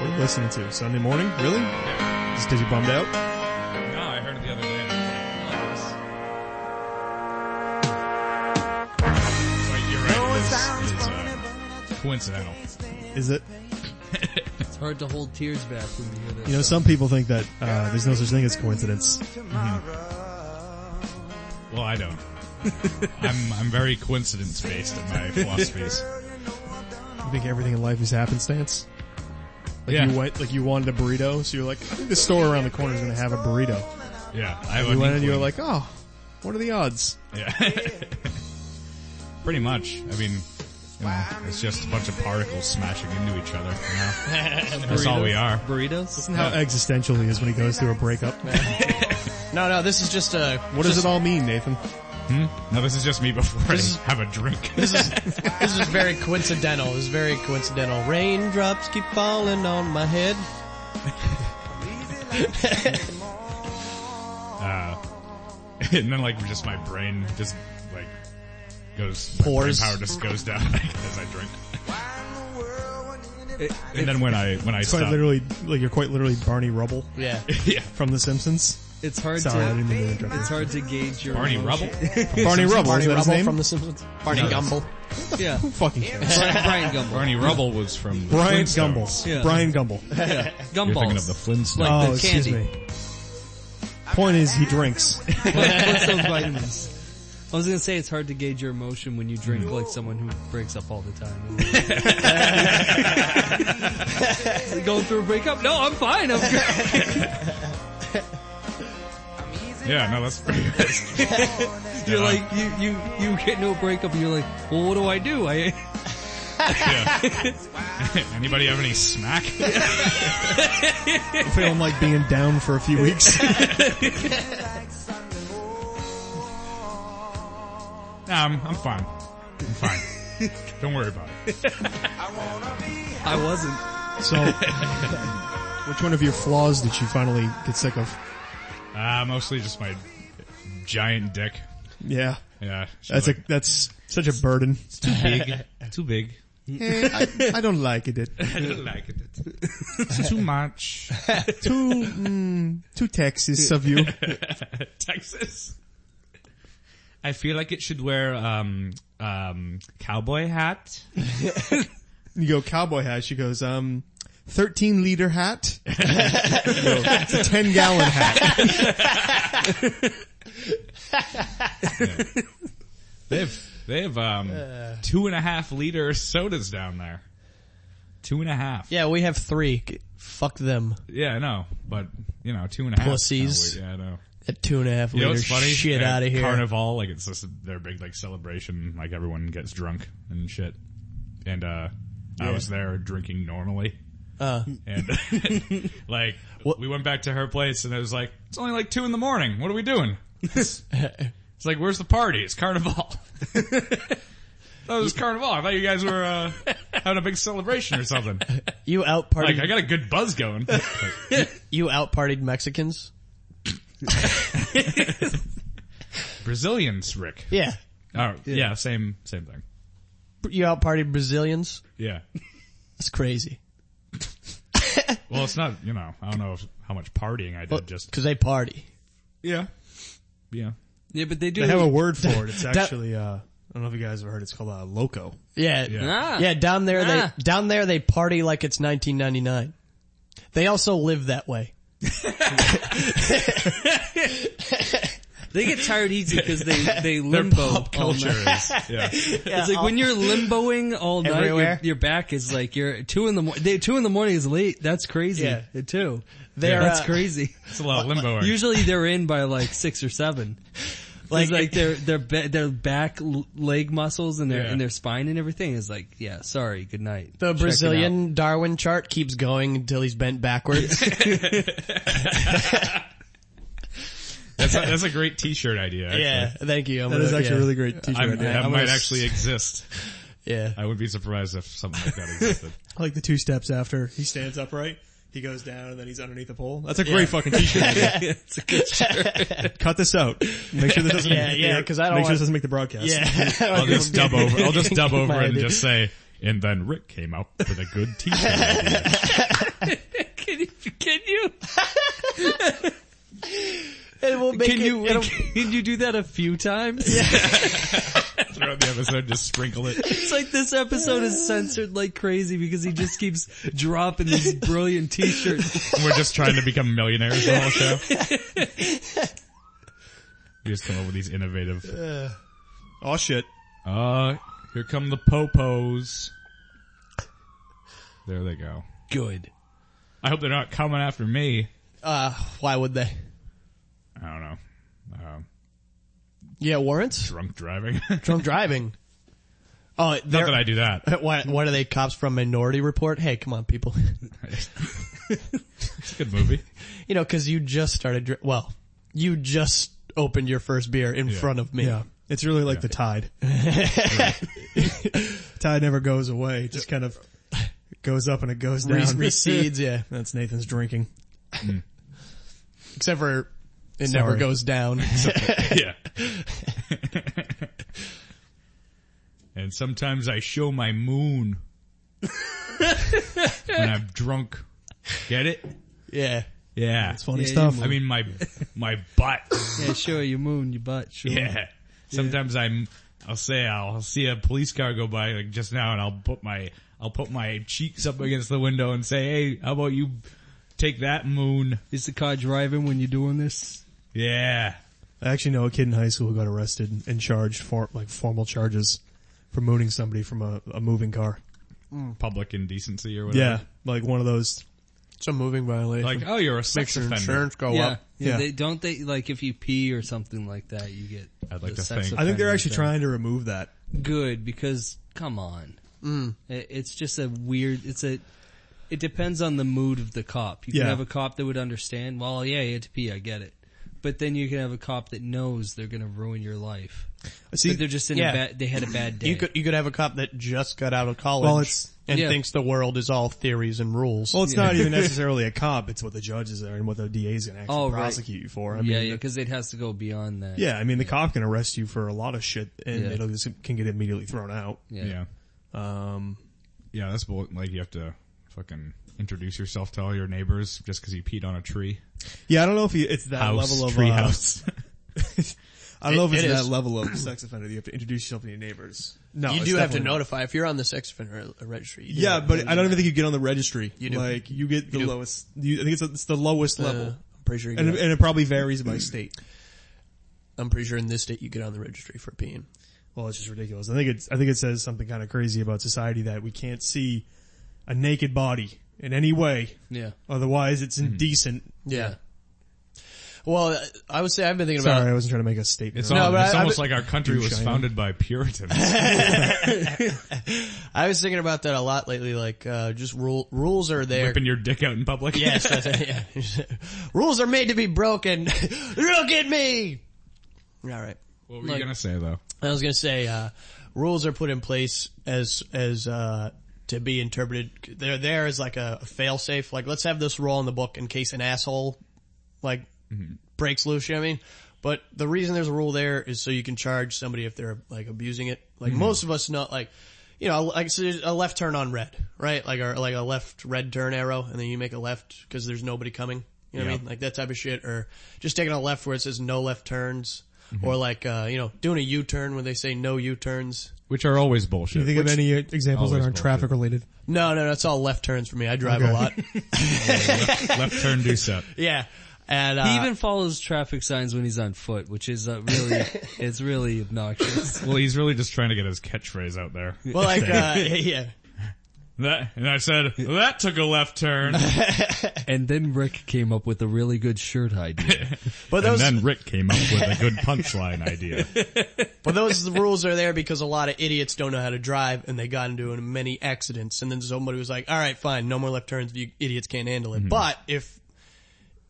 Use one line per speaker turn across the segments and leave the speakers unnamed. We're listening to Sunday morning, really? Just because you bummed out?
No, Ah, I heard it the other day. and I was like, "Oh, this-" Like, you're right. This is, uh, coincidental.
Is it?
It's hard to hold tears back when you hear this.
You know, some people think that uh, there's no such thing as coincidence.
Well, I don't. I'm I'm very coincidence based in my philosophies.
You think everything in life is happenstance? Like
Yeah.
you went, like you wanted a burrito, so you're like, I think the store around the corner is going to have a burrito.
Yeah, I have
You
an
went and you were
inkling.
like, oh, what are the odds?
Yeah. Pretty much. I mean, you know, it's just a bunch of particles smashing into each other. You know? That's all we are.
Burritos?
How existential he is when he goes through a breakup.
No, no, this is just a.
What does it all mean, Nathan?
No, this is just me before I
is-
have a drink.
This is very coincidental. This is very coincidental. Raindrops keep falling on my head.
uh, and then like just my brain just like goes my
Pours.
brain power just goes down as I drink. and then when I when I
Quite
stop,
literally, like you're quite literally Barney Rubble
Yeah.
yeah,
from The Simpsons.
It's hard
Sorry, I
to
didn't mean to interrupt.
it's hard to gauge your
Barney
emotion.
Rubble,
Barney Rubble,
Barney
is that his
Rubble
name?
from The Simpsons. Barney Gumble.
Yeah.
Who fucking cares?
Brian, Brian Gumble.
Barney Rubble was from the
Brian
Flintstones.
Gumble.
Yeah.
Brian Gumble.
You're
Gumballs.
thinking of the Flintstones.
Like
oh,
the
excuse
candy.
me. Point is, he drinks.
What's those vitamins? I was gonna say it's hard to gauge your emotion when you drink like someone who breaks up all the time. Going through a breakup? No, I'm fine. I'm good.
Oh.
yeah, no, that's pretty. That's,
You're like you you you get into a breakup and you're like, well, what do I do? I
Anybody have any smack?
Feeling like being down for a few weeks.
No, Um, I'm, I'm fine. I'm fine. Don't worry about it.
I wasn't.
So, which one of your flaws did you finally get sick of?
Uh, mostly just my giant dick.
Yeah,
Yeah. she's
that's a
like,
that's such a burden.
too big.
I, I don't like it. it-
I don't like it. It's too much.
Too mm, too Texas of you.
Texas. I feel like it should wear um um cowboy hat.
You go cowboy hat. She goes um. 13 liter hat? No, it's a 10 gallon hat.
They have they have um two and a half liter sodas down there. Two and a half.
Yeah, we have three. G- Fuck them.
Yeah, I know. But you know, two and a half. is kinda
Pussies.
weird. Yeah, I know.
That two and a half
You know
liter
what's funny?
shit
At
out of here.
Carnival, like it's just their big like celebration, like everyone gets drunk and shit. And uh I was there drinking normally.
Uh.
And like we went back to her place and it was like, it's only like two in the morning. What are we doing? It's, it's like, where's the party? It's Carnival. That was Carnival. I thought you guys were uh, having a big celebration or something.
You out
Like I
partied.
got a good buzz going. Like,
You out partied Mexicans.
Brazilians, Rick.
Yeah.
Oh, yeah, same same thing.
You out partied Brazilians.
Yeah.
That's crazy.
Well, it's not, you know, I don't know if, how much partying I did, just,
Cause they party.
yeah. Yeah.
Yeah, but they do.
They have a word for it. It's actually, uh, I don't know if you guys have heard, it's called uh, loco.
Yeah.
Ah.
Yeah, down there
Ah.
they down there they party like it's 1999. They also live that way.
They get tired easy because they they limbo
Pop
all
culture is,
night.
yeah.
It's like when you're limboing all night, your,
Everywhere.
your back is like you're two in the morning. Two in the morning is late. That's crazy.
Yeah.
too.
They're,
that's
uh,
crazy.
It's a lot of limboing.
Usually they're in by like six or seven. Like,
Like-
like their their ba- their back l- leg muscles and their
Yeah.
and their spine and everything is like yeah sorry good night.
The
Check it out.
Brazilian Darwin chart keeps going until he's bent backwards.
That's a, that's a great t-shirt idea. Actually.
yeah, thank you. I'm
That
gonna,
is actually
yeah.
a really great t-shirt.
I'm,
idea.
that
I'm
might
gonna s-
actually exist.
Yeah.
I would be surprised if something like that existed.
I like the two steps after he stands upright, he goes down, and then he's underneath the pole. That's a
Yeah.
great fucking t-shirt. idea.
it's a good
Cut this out. Make sure this doesn't.
Yeah, yeah, 'cause I don't
Make sure
want-
this doesn't make the broadcast.
Yeah.
I'll just dub over. I'll just dub over
My
and
idea.
just say And then Rick came up with a good t-shirt.
Can you? Can you?
It will make
Can
it,
you?
it'll-
Can you do that a few times?
Throughout the episode, just sprinkle it.
It's like this episode is censored like crazy because he just keeps dropping these brilliant t-shirts.
We're just trying to become millionaires the whole show. You just come up with these innovative.
Oh shit.
Uh, here come the popos. There they go.
good.
I hope they're not coming after me.
Uh, why would they?
I don't know. Um,
Yeah, warrants?
drunk driving.
Drunk driving. Oh,
not
they're,
that I do that.
what, what are they cops from Minority Report? Hey, come on people.
It's a good movie.
You know, cause you just started, dr- well, you just opened your first beer in front of me.
Yeah. It's really like the tide. tide never goes away. It just kind of goes up and it goes
Re-
down.
recedes, yeah.
That's Nathan's drinking.
Except for it never
Sorry.
goes down.
yeah. and sometimes I show my moon when I'm drunk. Get it?
yeah.
Yeah. It's
Funny
Yeah,
stuff.
I mean my my butt.
Yeah, sure, you moon, you butt, sure.
Yeah. Sometimes I'm I'll say I'll see a police car go by like just now and I'll put my I'll put my cheeks up against the window and say, "Hey, how about you take that moon?"
Is the car driving when you're doing this?
Yeah.
I actually know a kid in high school who got arrested and charged for like formal charges for mooning somebody from a, a moving car.
Public indecency or whatever.
Yeah. Like one of those.
It's a moving violation.
Like, "Oh, you're a sex
your
offender."
insurance go up.
Yeah.
They, don't they, like if you pee or something like that, you get
I'd like
the
to
sex
think-
I think they're
offender
actually
thing.
trying Mm. to remove that.
good because come on, It- it's just a weird. It's a. It depends on the mood of the cop. You
Yeah.
can have a cop that would understand. Well, yeah, you had to pee. I get it. But then you can have a cop that knows they're going to ruin your life.
See,
But they're just in
yeah.
a bad. They had a bad day.
You could you could have a cop that just got out of college
Well, it's-
and
yeah.
thinks the world is all theories and rules.
well, it's not even necessarily a cop. It's what the judges are and what the DA's going to actually
Oh, right.
prosecute you for. I mean,
yeah, yeah, because it has to go beyond that.
Yeah, I mean the cop can arrest you for a lot of shit, and
Yeah.
it'll just can get immediately thrown out.
yeah.
Yeah.
Um,
Yeah, that's bull- like you have to fucking introduce yourself to all your neighbors just because you peed on a tree.
yeah, I don't know if he, it's that
House,
level of
tree
uh,
house.
I don't know if
It-
it's
it
that
is.
level of sex offender. that You have to introduce yourself to your neighbors. No,
you
it's
do have to
definitely not.
notify if you're on the sex offender registry. you do
Yeah,
have to
but
notify.
I don't even think you get on the registry.
You do.
Like you get the
do.
lowest. You, I think it's, it's the lowest level,
Uh, I'm pretty sure. You
and,
get,
and it probably varies by state.
I'm pretty sure in this state you get on the registry for peeing.
Well, it's just ridiculous. I think it's, I think it says something kind of crazy about society that we can't see a naked body in any way.
Yeah.
Otherwise, it's indecent.
Yeah. Well, I would say I've been thinking about.
Sorry, I wasn't trying to make a statement.
It's,
on
all,
but
it's
I-
almost
I-
like our country was
China.
founded by Puritans.
I was thinking about that a lot lately. Like, uh, just rule rules are there.
Ripping your dick out in public.
Yes, that's it, yeah. rules are made to be broken. Look at me. All right.
What were you
Like-
gonna say though?
I was gonna say, uh, rules are put in place as, as, uh, to be interpreted. They're there as like a, a fail safe. Like, let's have this rule in the book in case an asshole, like, breaks loose, you know what I mean? But the reason there's a rule there is so you can charge somebody if they're like abusing it. Like most of us know, like, you know, like so there's a left turn on red, right? Like or like a left red turn arrow and then you make a left cause there's nobody coming. You know what I
Yeah.
mean? Like that type of shit or just taking a left where it says no left turns or like, uh, you know, doing a U-turn when they say no U-turns.
Which are always
you
bullshit.
think of any uh, examples that
Always
aren't
bullshit.
traffic related?
No, no, no, it's all left turns for me. I drive a
Okay.
lot.
Left turn, do set.
yeah. And, uh,
He even follows traffic signs when he's on foot, which is uh, really, it's really obnoxious.
Well, he's really just trying to get his catchphrase out there.
well like, uh, yeah.
That, and I said that took a left turn, and
And then Rick came up with a really good shirt idea.
But those,
then Rick came up with a good punchline idea.
But those rules are there because a lot of idiots don't know how to drive and they got into many accidents. And then somebody was like, all right, fine, no more left turns. You idiots can't handle it.
Mm-hmm.
But if,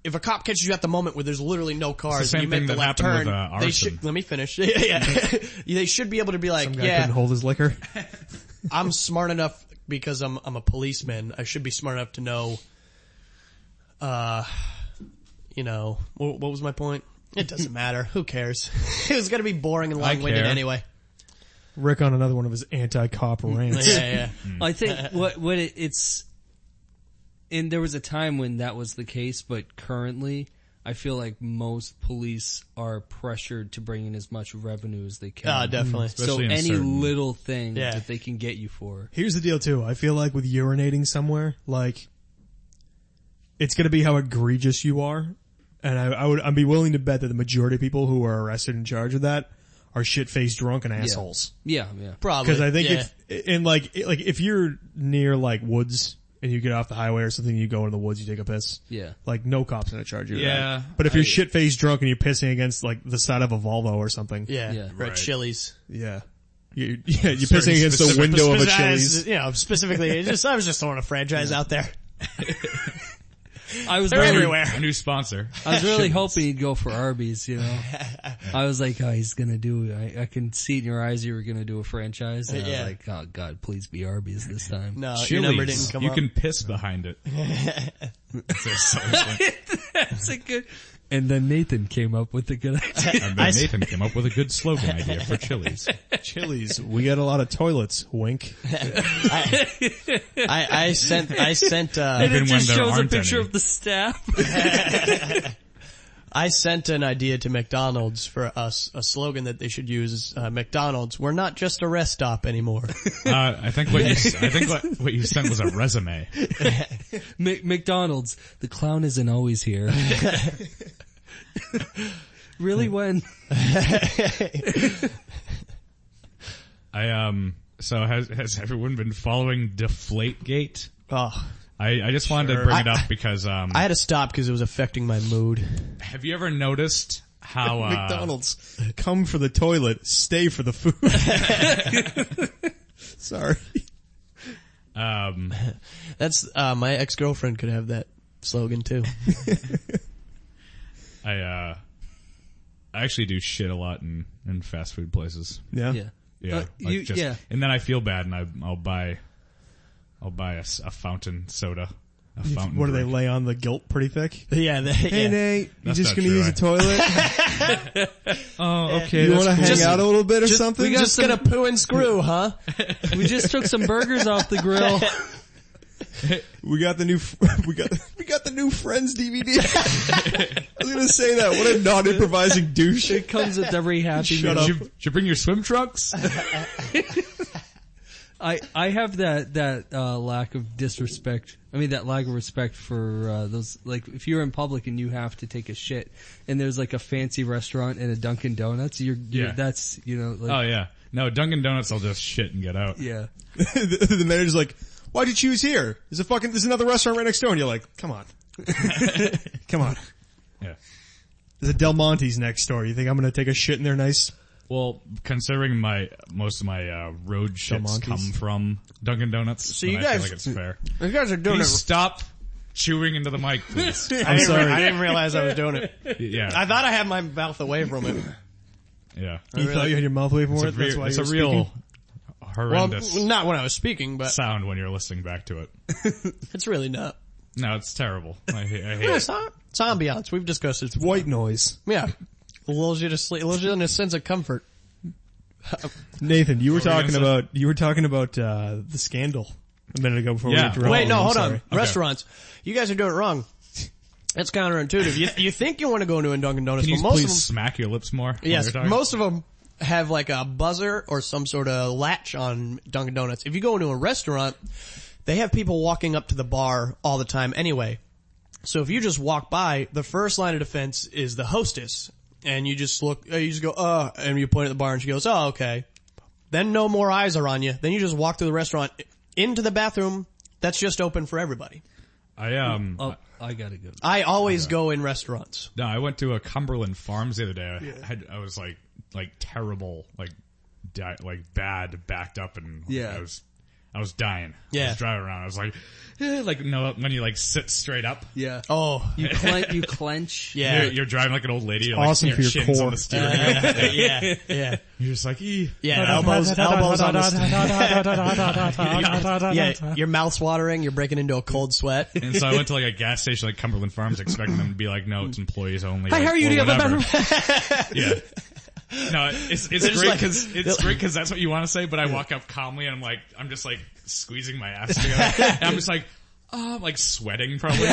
if a cop catches you at the moment where there's literally no cars
same
and you make
thing
the
that
left
happened
turn,
with, uh,
they
arson.
should, let me finish. Yeah, yeah. they should be able to be like,
Guy
yeah,
couldn't hold his liquor.
I'm smart enough because I'm I'm a policeman. I should be smart enough to know. Uh, you know what, what was my point? It doesn't matter. Who cares? it was gonna be boring and long winded
care.
anyway.
Rick on another one of his anti-cop rants.
yeah,
Mm-hmm.
yeah.
I think what what it, it's, and there was a time when that was the case, but currently, I feel like most police are pressured to bring in as much revenue as they can.
Ah, definitely.
so
Especially in
any
certain-
little thing
Yeah.
that they can get you for,
Here's the deal too. I feel like with urinating somewhere, like it's going to be how egregious you are, and I, I would I'd be willing to bet that the majority of people who are arrested in charge of that are shit faced drunk and assholes.
yeah, yeah,
Probably.
Because I think
yeah.
if and like it- like if you're near like woods and you get off the highway or something, you go into the woods, you take a piss.
yeah.
Like no cops gonna charge you. with that.
Yeah.
But if you're shit faced drunk and you're pissing against like the side of a Volvo or something.
Yeah.
Yeah.
Or
Right.
Chili's.
Yeah. You, yeah, you're pissing against the
specific-
window of a
Spec-
Chili's.
You know, specifically, it's just, I was just throwing a franchise out there.
I was
They're
really,
everywhere.
A new sponsor.
I was really hoping he'd go for Arby's. You know, I was like, oh, he's gonna do. I, I can see it in your eyes you were gonna do a franchise. And I
Yeah.
was like, oh God, please be Arby's this time.
No, your
Chili's.
number didn't come
you
up.
can piss behind it. That's their song.
That's a good. And then Nathan came up with a good idea.
and then Nathan came up with a good slogan idea for Chili's. Uh,
Chili's. We got a lot of toilets. Wink.
I, I sent, I sent, uh,
Even
it
when
just
there
shows a
aren't
picture
any.
of the staff.
I sent an idea to McDonald's for us, a slogan that they should use is, uh, McDonald's, we're not just a rest stop anymore.
Uh, I think what you, s- I think what, what you sent was a resume.
Mc- McDonald's. The clown isn't always here. really? When?
I um. So has has everyone been following Deflategate?
oh,
I I just wanted to
Sure.
bring it
I-
up because um.
I had to stop because it was affecting my mood.
have you ever noticed how uh,
McDonald's. Come for the toilet. Stay for the food. Sorry.
um
That's, uh, my ex-girlfriend could have that slogan too.
I uh I actually do shit a lot in in fast food places.
Yeah.
Yeah.
Yeah,
Uh, you- yeah.
And then I feel bad, and I, I'll buy, I'll buy a, s- a fountain soda. A fountain.
What do they
drink.
lay on the guilt pretty thick?
yeah, that,
Hey
yeah.
Nate, you
That's
just
not
gonna
true,
use
I-
the toilet?
Oh, okay.
you wanna hang
Just-
out a little bit or something?
We just gonna poo and screw, huh?
We just took some burgers off the grill.
We got the new, f- we got, we got the new Friends DVD. I was gonna say that. What a non-improvising douche.
It comes with every happy
Shut
meal.
up.
Should, should you bring your swim trunks?
I, I have that, that, uh, lack of disrespect. I mean, that lack of respect for, uh, those, like, if you're in public and you have to take a shit and there's like a fancy restaurant and a Dunkin' Donuts, you're, you're
Yeah.
that's, you know, like,
oh yeah. No, Dunkin' Donuts. I'll just shit and get out.
yeah.
the, the manager's like, why'd you choose here? There's a fucking, there's another restaurant right next door. And you're like, come on. come on.
Yeah.
There's a Del Monte's next door. You think I'm gonna take a shit in their nice
Well, considering my most of my uh, road shits
monkeys.
come from Dunkin' Donuts, so
you
I feel
guys-
like it's fair.
You guys are
Can
doing
you stop chewing into the mic, please?
I didn't, re-
sorry.
I didn't realize I was doing it. I
yeah,
thought I had my mouth away from it.
yeah.
You
really-
thought you had your mouth away from
It's a,
it. That's
real,
why
it's
you
a
were
real
speaking?
Well,
horrendous
not when I was speaking, but
sound when you're listening back to it.
it's really not.
No, it's terrible. I, hate- I hate
Yeah,
it.
it's not. It's ambiance. We've discussed it.
white noise.
Yeah. Lulls you to sleep, lulls you in a sense of comfort.
Nathan, you were
were you
talking
gonna say?
about you were talking about uh the scandal a minute ago before
Yeah.
we interrupted.
Wait, no,
I'm
hold on.
sorry.
Restaurants. You guys are doing it wrong. That's counterintuitive. You, you think you want to go into a Dunkin' Donuts,
Can you
but most
please
of them,
smack your lips more? while
yes,
you're talking?
most of them have like a buzzer or some sort of latch on Dunkin' Donuts. If you go into a restaurant, they have people walking up to the bar all the time anyway. So if you just walk by, the first line of defense is the hostess, and you just look, uh, you just go, uh, and you point at the bar, and she goes, oh, okay. Then no more eyes are on you. Then you just walk through the restaurant into the bathroom. That's just open for everybody.
I um
Oh, I gotta go.
I always go in restaurants.
no, I went to a Cumberland Farms the other day. I had I was like like terrible, like di- like bad, backed up, and
Yeah.
I was I was dying. I
Yeah.
was driving around. I was like, eh, like no, when you like sit straight up.
Yeah.
Oh,
You, clen- you clench.
yeah,
You're, you're driving like an old lady. You're, like,
awesome
your
for your
shins
core.
On the steering.
yeah, yeah,
You're just like, ee.
yeah. Elbows, elbows on the st- yeah, your mouth's watering, you're breaking into a cold sweat.
And so I went to like a gas station like Cumberland Farms expecting them to be like, no, it's employees only. Hi,
how are you? Do you have a
yeah. No, it's it's
They're just
great
like-
because it's great 'cause that's what you want to say. But I walk up calmly and I'm like, I'm just like squeezing my ass together. and I'm just like, oh, like sweating probably.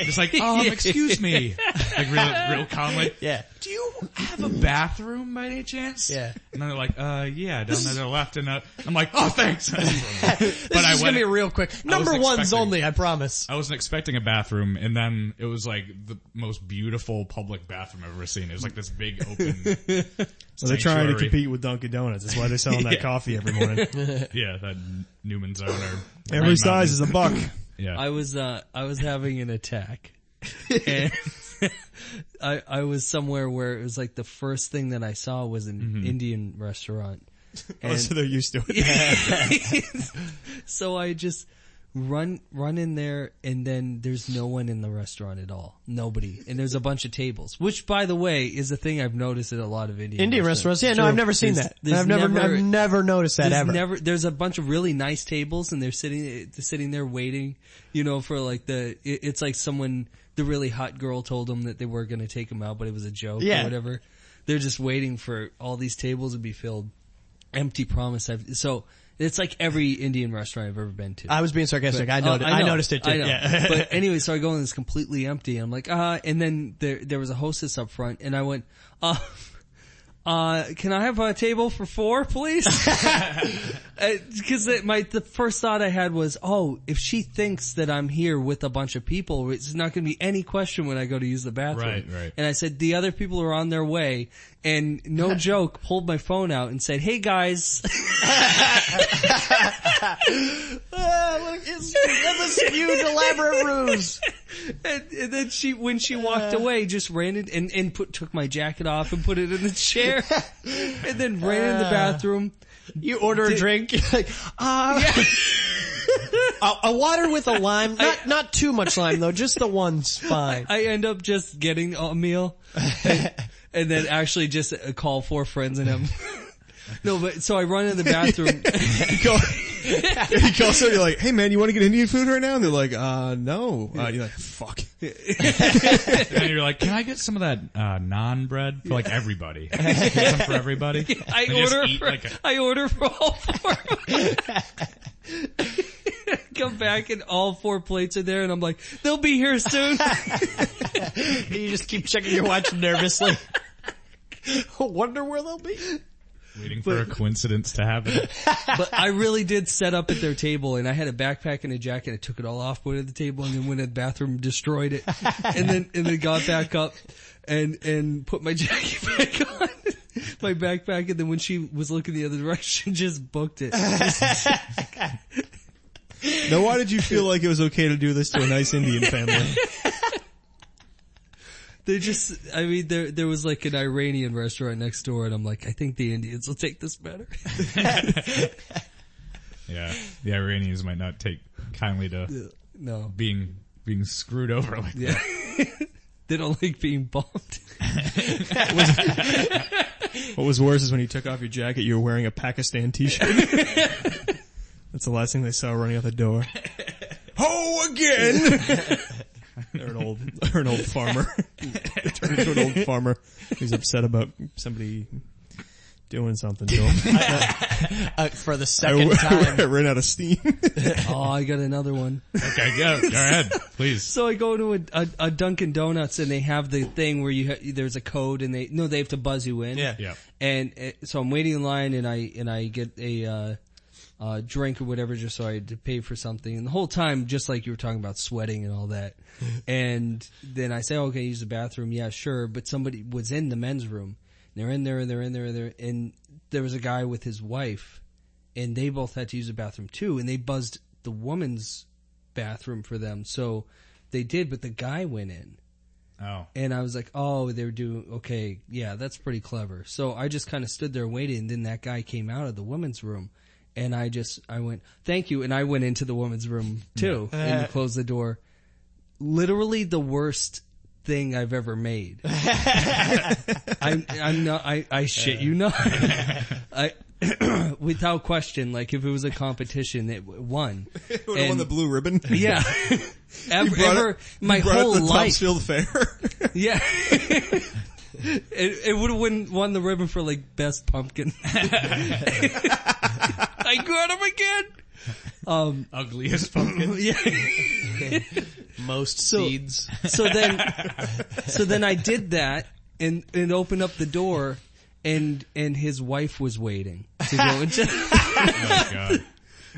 just like, um, excuse me, like real real calmly.
Yeah.
Do you have a bathroom by any chance?
Yeah.
And then they're like, uh, yeah, down there to the left. And uh, I'm like, oh, thanks. but
This
I went-
is gonna be real quick. Number one's
expecting-
only, I promise.
I wasn't expecting a bathroom, and then it was like the most beautiful public bathroom I've ever seen. It was like this big open.
So they're trying to
sanctuary.
compete with Dunkin' Donuts. That's why they're selling that
Yeah.
coffee every morning.
Yeah, that Newman's owner.
Every size is a buck.
Yeah.
I was uh I was having an attack. and I I was somewhere where it was like the first thing that I saw was an
Mm-hmm.
Indian restaurant.
Oh, so they're used to it.
so I just run run in there and then there's no one in the restaurant at all. Nobody. And there's a bunch of tables, which by the way is a thing I've noticed at a lot of Indian
Indian restaurants. Yeah, no,
True.
I've never seen
There's-
that.
there's
I've never,
never-
I've never noticed that
There's
ever.
never there's a bunch of really nice tables and they're sitting they're sitting there waiting, you know, for like the it, it's like someone the really hot girl told them that they were going to take them out, but it was a joke
Yeah.
or whatever. They're just waiting for all these tables to be filled. Empty promise. I've, so it's like every Indian restaurant I've ever been to.
I was being sarcastic. I, noticed,
Oh,
I,
know.
noticed it too.
I know.
Yeah.
but anyway, so I go in it's completely empty. I'm like, ah, and then there, there was a hostess up front and I went, uh, uh, can I have a table for four, please? Because my the first thought I had was, oh, if she thinks that I'm here with a bunch of people, it's not going to be any question when I go to use the bathroom.
Right, right.
And I said the other people are on their way, and no joke, pulled my phone out and said, "Hey guys,
Ah, look, it's, that was a huge elaborate ruse.
And, and then she, when she walked
Uh.
away, just ran in and, and put, took my jacket off and put it in the chair and then ran in
Uh.
the bathroom.
You order a drink, you're like, ah, a, a water with a lime, not not too much lime though, just the one's fine.
I end up just getting a meal and, and then actually just uh, call four friends and I'm, no, but so I run in the bathroom.
go, you go, so you're like, hey man, you want to get Indian food right now? And they're like, uh, no. Uh, you're like, fuck.
and you're like, can I get some of that uh, non bread for like everybody? Some for everybody.
I
They just
order,
eat
for,
like a-
I order for all four. Come back and all four plates are there and I'm like, they'll be here soon.
You just keep checking your watch nervously. Wonder where they'll be.
waiting for a coincidence to happen.
but I really did set up at their table and I had a backpack and a jacket. I took it all off, went to the table and then went to the bathroom, destroyed it and then, and then got back up and, and put my jacket back on. My backpack and then when she was looking the other direction, just booked it.
Now why did you feel like it was okay to do this to a nice Indian family?
They just, I mean, there, there was like an Iranian restaurant next door and I'm like, I think the Indians will take this better.
Yeah. The Iranians might not take kindly to
No,
being being screwed over like that.
they don't like being bombed.
What was worse is when you took off your jacket, you were wearing a Pakistan t-shirt. That's the last thing they saw running out the door. Ho again! they're an old, they're an old farmer. Turned into an old farmer who's upset about somebody doing something to him.
Uh, for the
I,
second time.
I ran out of steam.
Oh, I got another one.
Okay, go, go ahead, please.
So I go to a, a, a Dunkin' Donuts and they have the thing where you ha- there's a code and they no they have to buzz you in.
Yeah.
Yeah.
And uh, so I'm waiting in line and I and I get a uh, uh, drink or whatever just so I had to pay for something. And the whole time, just like you were talking about sweating and all that. and then I say, okay, use the bathroom. Yeah, sure. But somebody was in the men's room. And they're in there and they're in there and they're and there was a guy with his wife and they both had to use the bathroom too, and they buzzed the woman's bathroom for them. So they did, but the guy went in.
Oh.
And I was like, oh, they're doing, okay, yeah, that's pretty clever. So I just kind of stood there waiting, and then that guy came out of the woman's room. And I just, I went, thank you. And I went into the woman's room too and closed the door. Literally the worst thing I've ever made. I'm, I'm not, I, I shit you not. I, without question, like if it was a competition, it w- won.
Would've
And-
blue ribbon.
yeah.
brought
ever,
it-
ever- my
Brought it
whole
to the
life.
Topsfield Fair.
Yeah. It, it would have won, won the ribbon for like best pumpkin. I got him again. Um,
Ugliest pumpkin.
yeah.
Most
So-
seeds.
So then, so then I did that and and opened up the door, and and his wife was waiting to go into,
Oh god.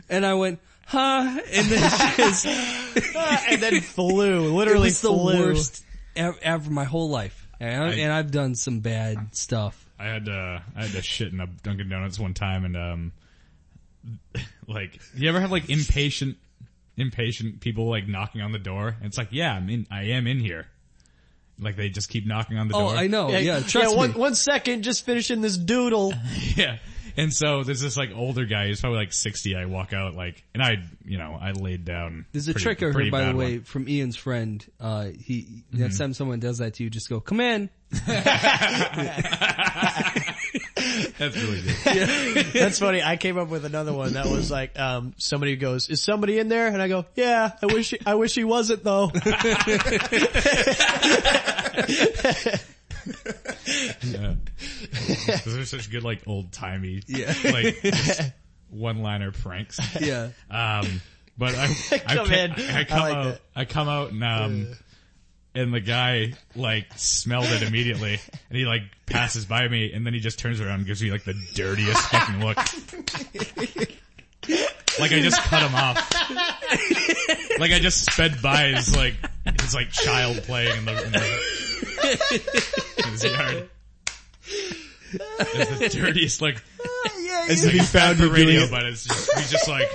and I went, huh? And then she just,
and then flew.
it
Literally
was the
flew.
worst ever, ever my whole life, and, I, and I've done some bad stuff.
I had uh, I had to shit in a Dunkin' Donuts one time, and um, like, you ever have like impatient, impatient people like knocking on the door? And it's like, yeah, I'm in, I am in here. Like they just keep knocking on the
Oh,
door.
I know. Yeah, trust
yeah, one,
me.
one second, just finishing this doodle.
yeah. And so there's this like older guy who's probably like 60. I walk out like, and I, you know, I laid down.
There's a
pretty-
trick I
pretty
heard, by
bad
the
one. Mm-hmm.
way, from Ian's friend. Uh, he next time someone does that to you, just go, "Come in."
That's really good.
That's funny. I came up with another one that was like, um, somebody goes, "Is somebody in there?" And I go, "Yeah, I wish he, I wish he wasn't though."
Yeah. Those are such good like old timey,
Yeah.
like one liner pranks.
Yeah,
Um, but I, I,
Come
ca-
in.
I,
I
come
like
out,
that.
I come out and, um, and the guy like smelled it immediately and he like passes by me and then he just turns around and gives me like the dirtiest fucking look. like I just cut him off. like I just sped by his like, his like child playing in the, in the, in his yard. It's the dirtiest like,
As if he found
the
you doing
radio,
it.
but it's just, he's just like,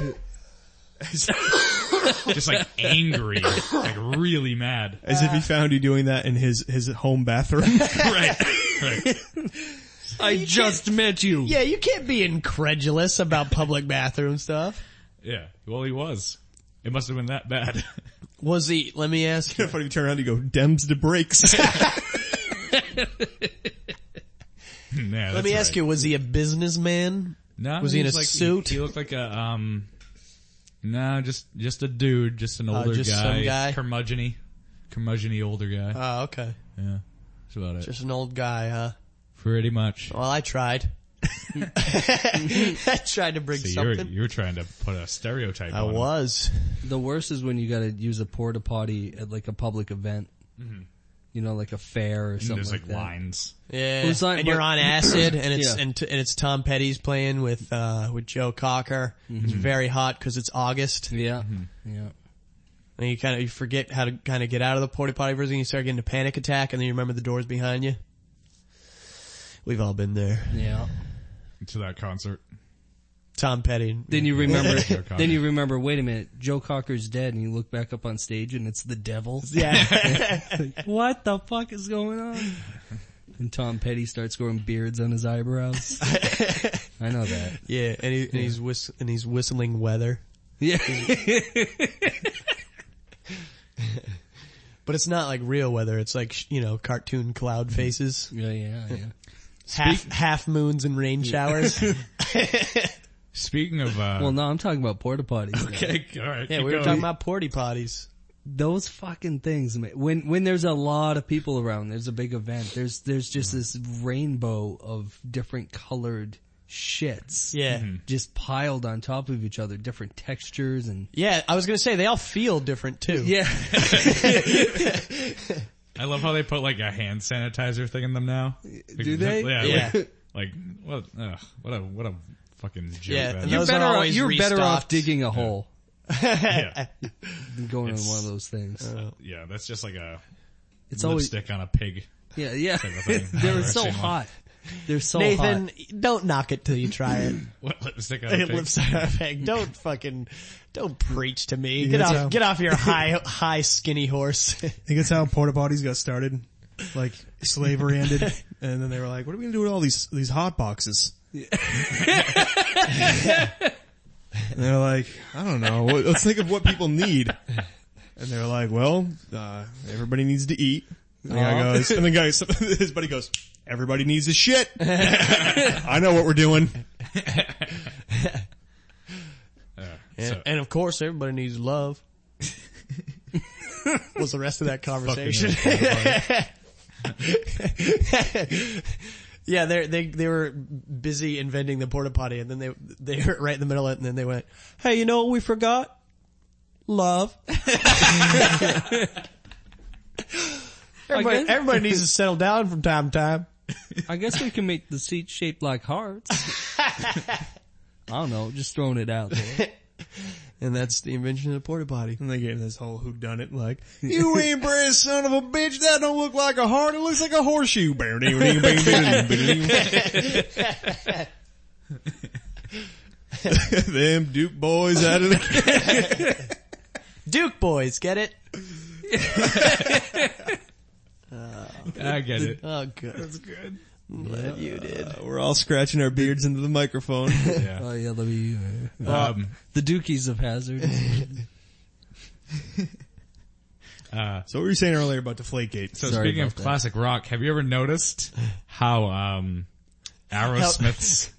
just like angry, like really mad.
As if he found you doing that in his his home bathroom.
Right, right.
I just met you.
yeah, you can't be incredulous about public bathroom stuff.
Yeah. Well, he was. It must have been that bad.
Was he? Let me ask. you.
Funny, you turn around, you go, "Dems to brakes."
yeah,
Let me ask you. Was he a businessman?
No,
Was he in
was
a
like-
suit?
He looked like a um. No, just just a dude, just an older
Uh, just
guy,
some guy?
curmudgeony, curmudgeony older guy.
Oh, okay.
yeah, that's about it.
Just an old guy, huh?
Pretty much.
Well, I tried. I tried to bring
So you were
something.
you were trying to put a stereotype.
I
on him.
was.
The worst is when you gotta use a porta potty at like a public event. You know, like a fair
Mm-hmm.
or
And
something
There's
like,
like
that.
lines.
Yeah,
Who's on-
and you're
but-
on acid, and it's
Yeah.
and, t- and it's Tom Petty's playing with uh with Joe Cocker. It's very hot because it's August,
Yeah,
Mm-hmm.
yeah.
and you kind of you forget how to kind of get out of the porta potty version. You start getting a panic attack, and then you remember the doors behind you. We've all been there.
Yeah.
to that concert.
Tom Petty.
Then you remember.
Joe Cocker.
then you remember. Wait a minute, Joe Cocker's dead, and you look back up on stage, and it's the devil.
yeah,
what the fuck is going on? And Tom Petty starts growing beards on his eyebrows. I know that.
yeah, and, he, and he's whist- and he's whistling weather,
Yeah,
but it's not like real weather. It's like sh- you know cartoon cloud faces,
yeah, yeah, yeah.
half half moons and rain showers.
Speaking of, uh,
Well, no, I'm talking about porta potties. now.
okay, all right.
yeah, we were talking about porta potties.
those fucking things man. when when there's a lot of people around there's a big event there's there's just this rainbow of different colored shits
Yeah.
Mm-hmm.
just piled on top of each other different textures and
Yeah, I was gonna say they all feel different too.
yeah
I love how they put like a hand sanitizer thing in them now.
Do they?
Yeah.
Yeah.
Like, like, what? Ugh, what a what a fucking joke.
Yeah,
that
and
is.
those- are
better off,
always
you're better off
restocked.
digging a hole
yeah.
than going on
It's-
one of those things
Yeah, that's just like a
it's always
lipstick on a pig.
yeah yeah
of thing.
they're
I've
so
seen one.
hot they're
Oh,
so
Nathan,
hot
don't knock it till you try it.
What lipstick on a
It
pig?
lives on a pig. Don't fucking, don't preach to me. Get
that's
off,
how-
get off your high, high skinny horse.
I think that's how porta potties got started. Like slavery ended, and then they were like, "What are we gonna do with all these these hot boxes?" and they're like, "I don't know. What- Let's think of what people need." And they're like, "Well, uh, everybody needs to eat." And the guy
Aw.
goes, and the guy, his buddy goes, "Everybody needs a shit." I know what we're doing.
So-
and of course, everybody needs love. was the rest of that
Fucking
conversation?
hell.
yeah, they they they were busy inventing the porta potty, and then they they were right in the middle of it, and then they went, "Hey, you know what we forgot? Love." everybody,
Again?
everybody needs to settle down from time to time.
I guess we can make the seat shaped like hearts. I don't know, just throwing it out there.
And that's the invention of the porta potty.
And they get in this whole who done it like you ain't brave son of a bitch. That don't look like a heart. It looks like a horseshoe. Them Duke boys out of the
Duke boys, get it?
I get it.
Oh, good. That's good. I'm glad you did.
Uh, We're all scratching our beards into the microphone.
Yeah.
Oh yeah, let me, uh,
Um,
the Dookies of Hazard.
uh,
So what were you saying earlier about Deflategate?
so
Sorry
speaking of
about that.
classic rock, have you ever noticed how um, Aerosmith's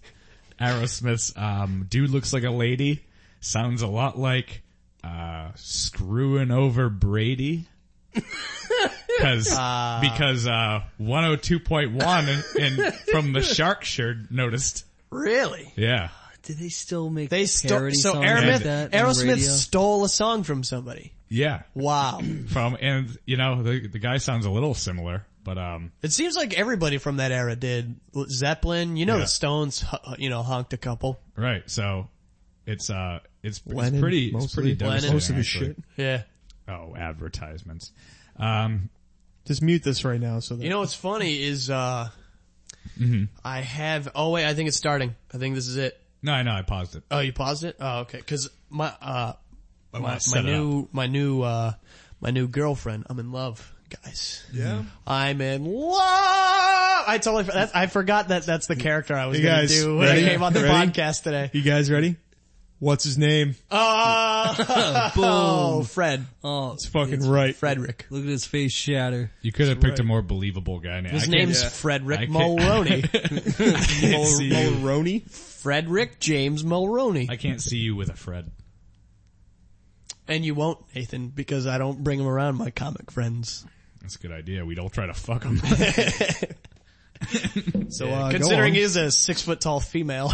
Aerosmith's um, dude looks like a lady sounds a lot like uh, screwing over Brady? Cause, because, uh, 102.1 and, and from the shark shirt noticed.
Really?
Yeah.
Did they still make
They stole,
parody
so
songs
Aerosmith,
like that on the
Aerosmith
radio?
stole a song from somebody.
Yeah.
Wow.
From, and you know, the, the guy sounds a little similar, but, um,
it seems like everybody from that era did. Zeppelin, you know
Yeah.
the Stones, hu- you know, honked a couple.
Right. So it's uh it's,
Lennon,
it's pretty it's
mostly.
pretty devastating.
Most of his
actually.
shit.
Yeah.
Oh, advertisements. Um
Just mute this right now so that
You know what's funny is, uh,
Mm-hmm.
I have, oh wait, I think it's starting. I think this is it.
no, I know I paused it.
Oh, you paused it? Oh, okay. Cause my, uh, my,
wanna
my
set it
new, my new, uh, my new girlfriend, I'm in love, guys.
yeah.
I'm in love. I totally for- that's, I forgot that that's the character I was
You
going to
guys
do when
ready?
I came on the
Ready?
podcast today.
You guys ready? What's his name?
Oh, oh, Fred,
Oh,
It's fucking right.
Frederick.
look at his face shatter.
You could have picked a more believable guy name.
His
I can't-
name's
yeah.
I
Frederick
can't-
Mulroney.
Mul- Mulroney.
Frederick James Mulroney.
I can't see you with a Fred.
And you won't, Nathan, because I don't bring him around my comic friends.
That's a good idea. We'd all try to fuck him.
So uh,
Considering
go on.
he's a six foot tall female.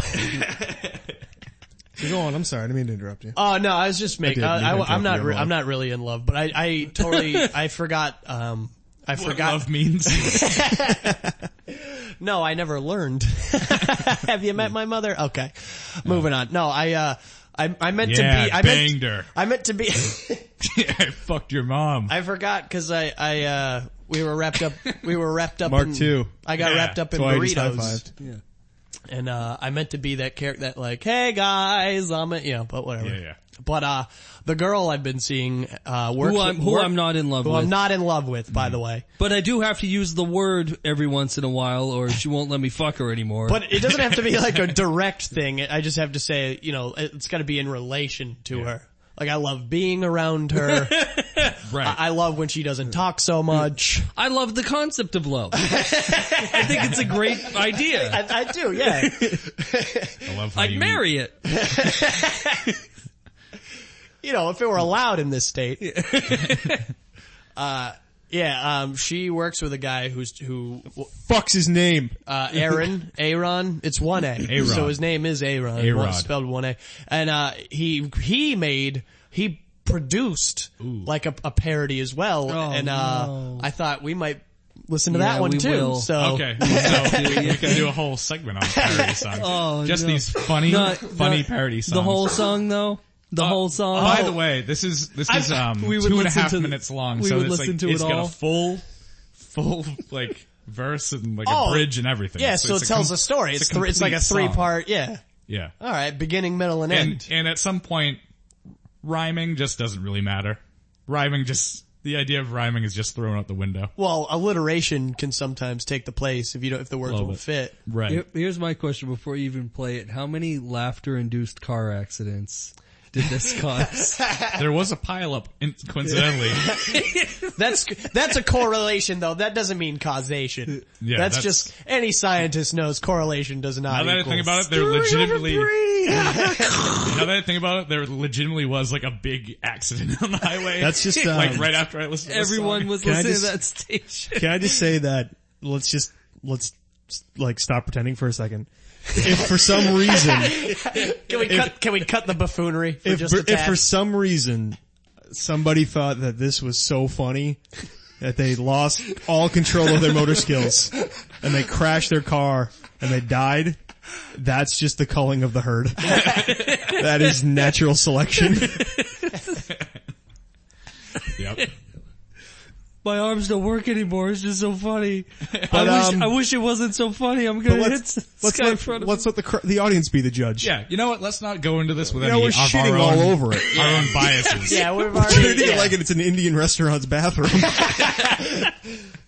go on. I'm sorry, I didn't mean to interrupt you.
Oh no, I was just
did
making.
mean
I,
to
I, am
interrupt
not.
you,
Re-
Rob.
I'm not really in love, but I, I totally. I forgot. Um, I
what
forgot.
love means.
No, I never learned. Have you met my mother? Okay, moving on. No, I. Uh, I, I meant
Yeah,
to be. I
banged
meant.
her.
I meant to be.
yeah, I fucked your mom.
I forgot because I. I. Uh, we were wrapped up. We were wrapped up.
Mark
in,
two.
I got
Yeah,
wrapped up in
That's why I just
burritos,
high-fived.
Yeah.
and uh, I meant to be that character. That like, hey guys, I'm. A, you know, but whatever.
Yeah, yeah.
But uh, the girl I've been seeing uh, works.
Who I'm, who
work-
I'm not in love
who
with.
I'm not in love with, by the way.
But I do have to use the word every once in a while or she won't let me fuck her anymore.
But it doesn't have to be like a direct thing. I just have to say, you know, it's got to be in relation to her. Like I love being around her.
Right.
I I love when she doesn't talk so much.
I love the concept of love. I think it's a great idea.
I, I do, yeah.
I, love how
I'd
you
marry it.
You know, if it were allowed in this state. uh, yeah, um, she works with a guy who's, who,
Fuck's his name.
uh, Aaron, Aaron, it's one A.
Aaron.
So his name is Aaron.
Arod.
Well, it's spelled one A. And, uh, he, he made, he produced like a, a parody as well.
Oh,
and, uh,
no.
I thought we might listen to
Yeah,
that one
we
too.
will.
So.
Okay, so we, we can do a whole segment on parody songs.
Oh,
Just
no.
these funny,
Not-
funny
not-
parody songs. Uh,
The whole song though? The whole song?
By the way, this is this is um
we would
two and a
listen
half
to the-
minutes long,
we
so
would
it's
listen
like
to
it's
it
got
all.
a full, full like verse and like
Oh,
a bridge and everything.
Yeah, so,
it's
it tells
com-
a story. It's, three, it's like a
complete
three
song.
part, yeah.
Yeah,
Alright, beginning, middle, and,
and
end.
and at some point, rhyming just doesn't really matter. Rhyming just the idea of rhyming is just thrown out the window.
Well, alliteration can sometimes take the place if you don't, if the words
Love
won't
it.
fit.
Right.
Here- Here's my question before you even play it. How many laughter induced car accidents did this cause?
There was a pileup, in- coincidentally.
That's that's a correlation though. That doesn't mean causation.
Yeah,
that's,
that's-
just any scientist knows correlation does not.
now that I
equal
think about it, there legitimately. now that I think about it, there legitimately was like a big accident on the highway.
That's just,
like
um,
right after I listened. to this
Everyone
song.
was
Can I
listening
just-
to that station.
Can I just say that let's just let's like stop pretending for a second. If for some reason,
Can we cut? Can we cut the buffoonery for
if,
just a
for- if
tad?
for some reason somebody thought that this was so funny that they lost all control of their motor skills and they crashed their car and they died, that's just the culling of the herd. that is natural selection.
Yep.
My arms don't work anymore. It's just so funny.
But,
I wish
um,
I wish it wasn't so funny. I'm gonna hit
let's
this
let's
guy in
let,
front of
let's let the cr- the audience be the judge.
Yeah, you know what? Let's not go into this with
You know,
any
we're
of
shitting
our own,
all over it.
our own biases.
yeah, we've
Treat
already.
it
yeah.
like it's an Indian restaurant's bathroom.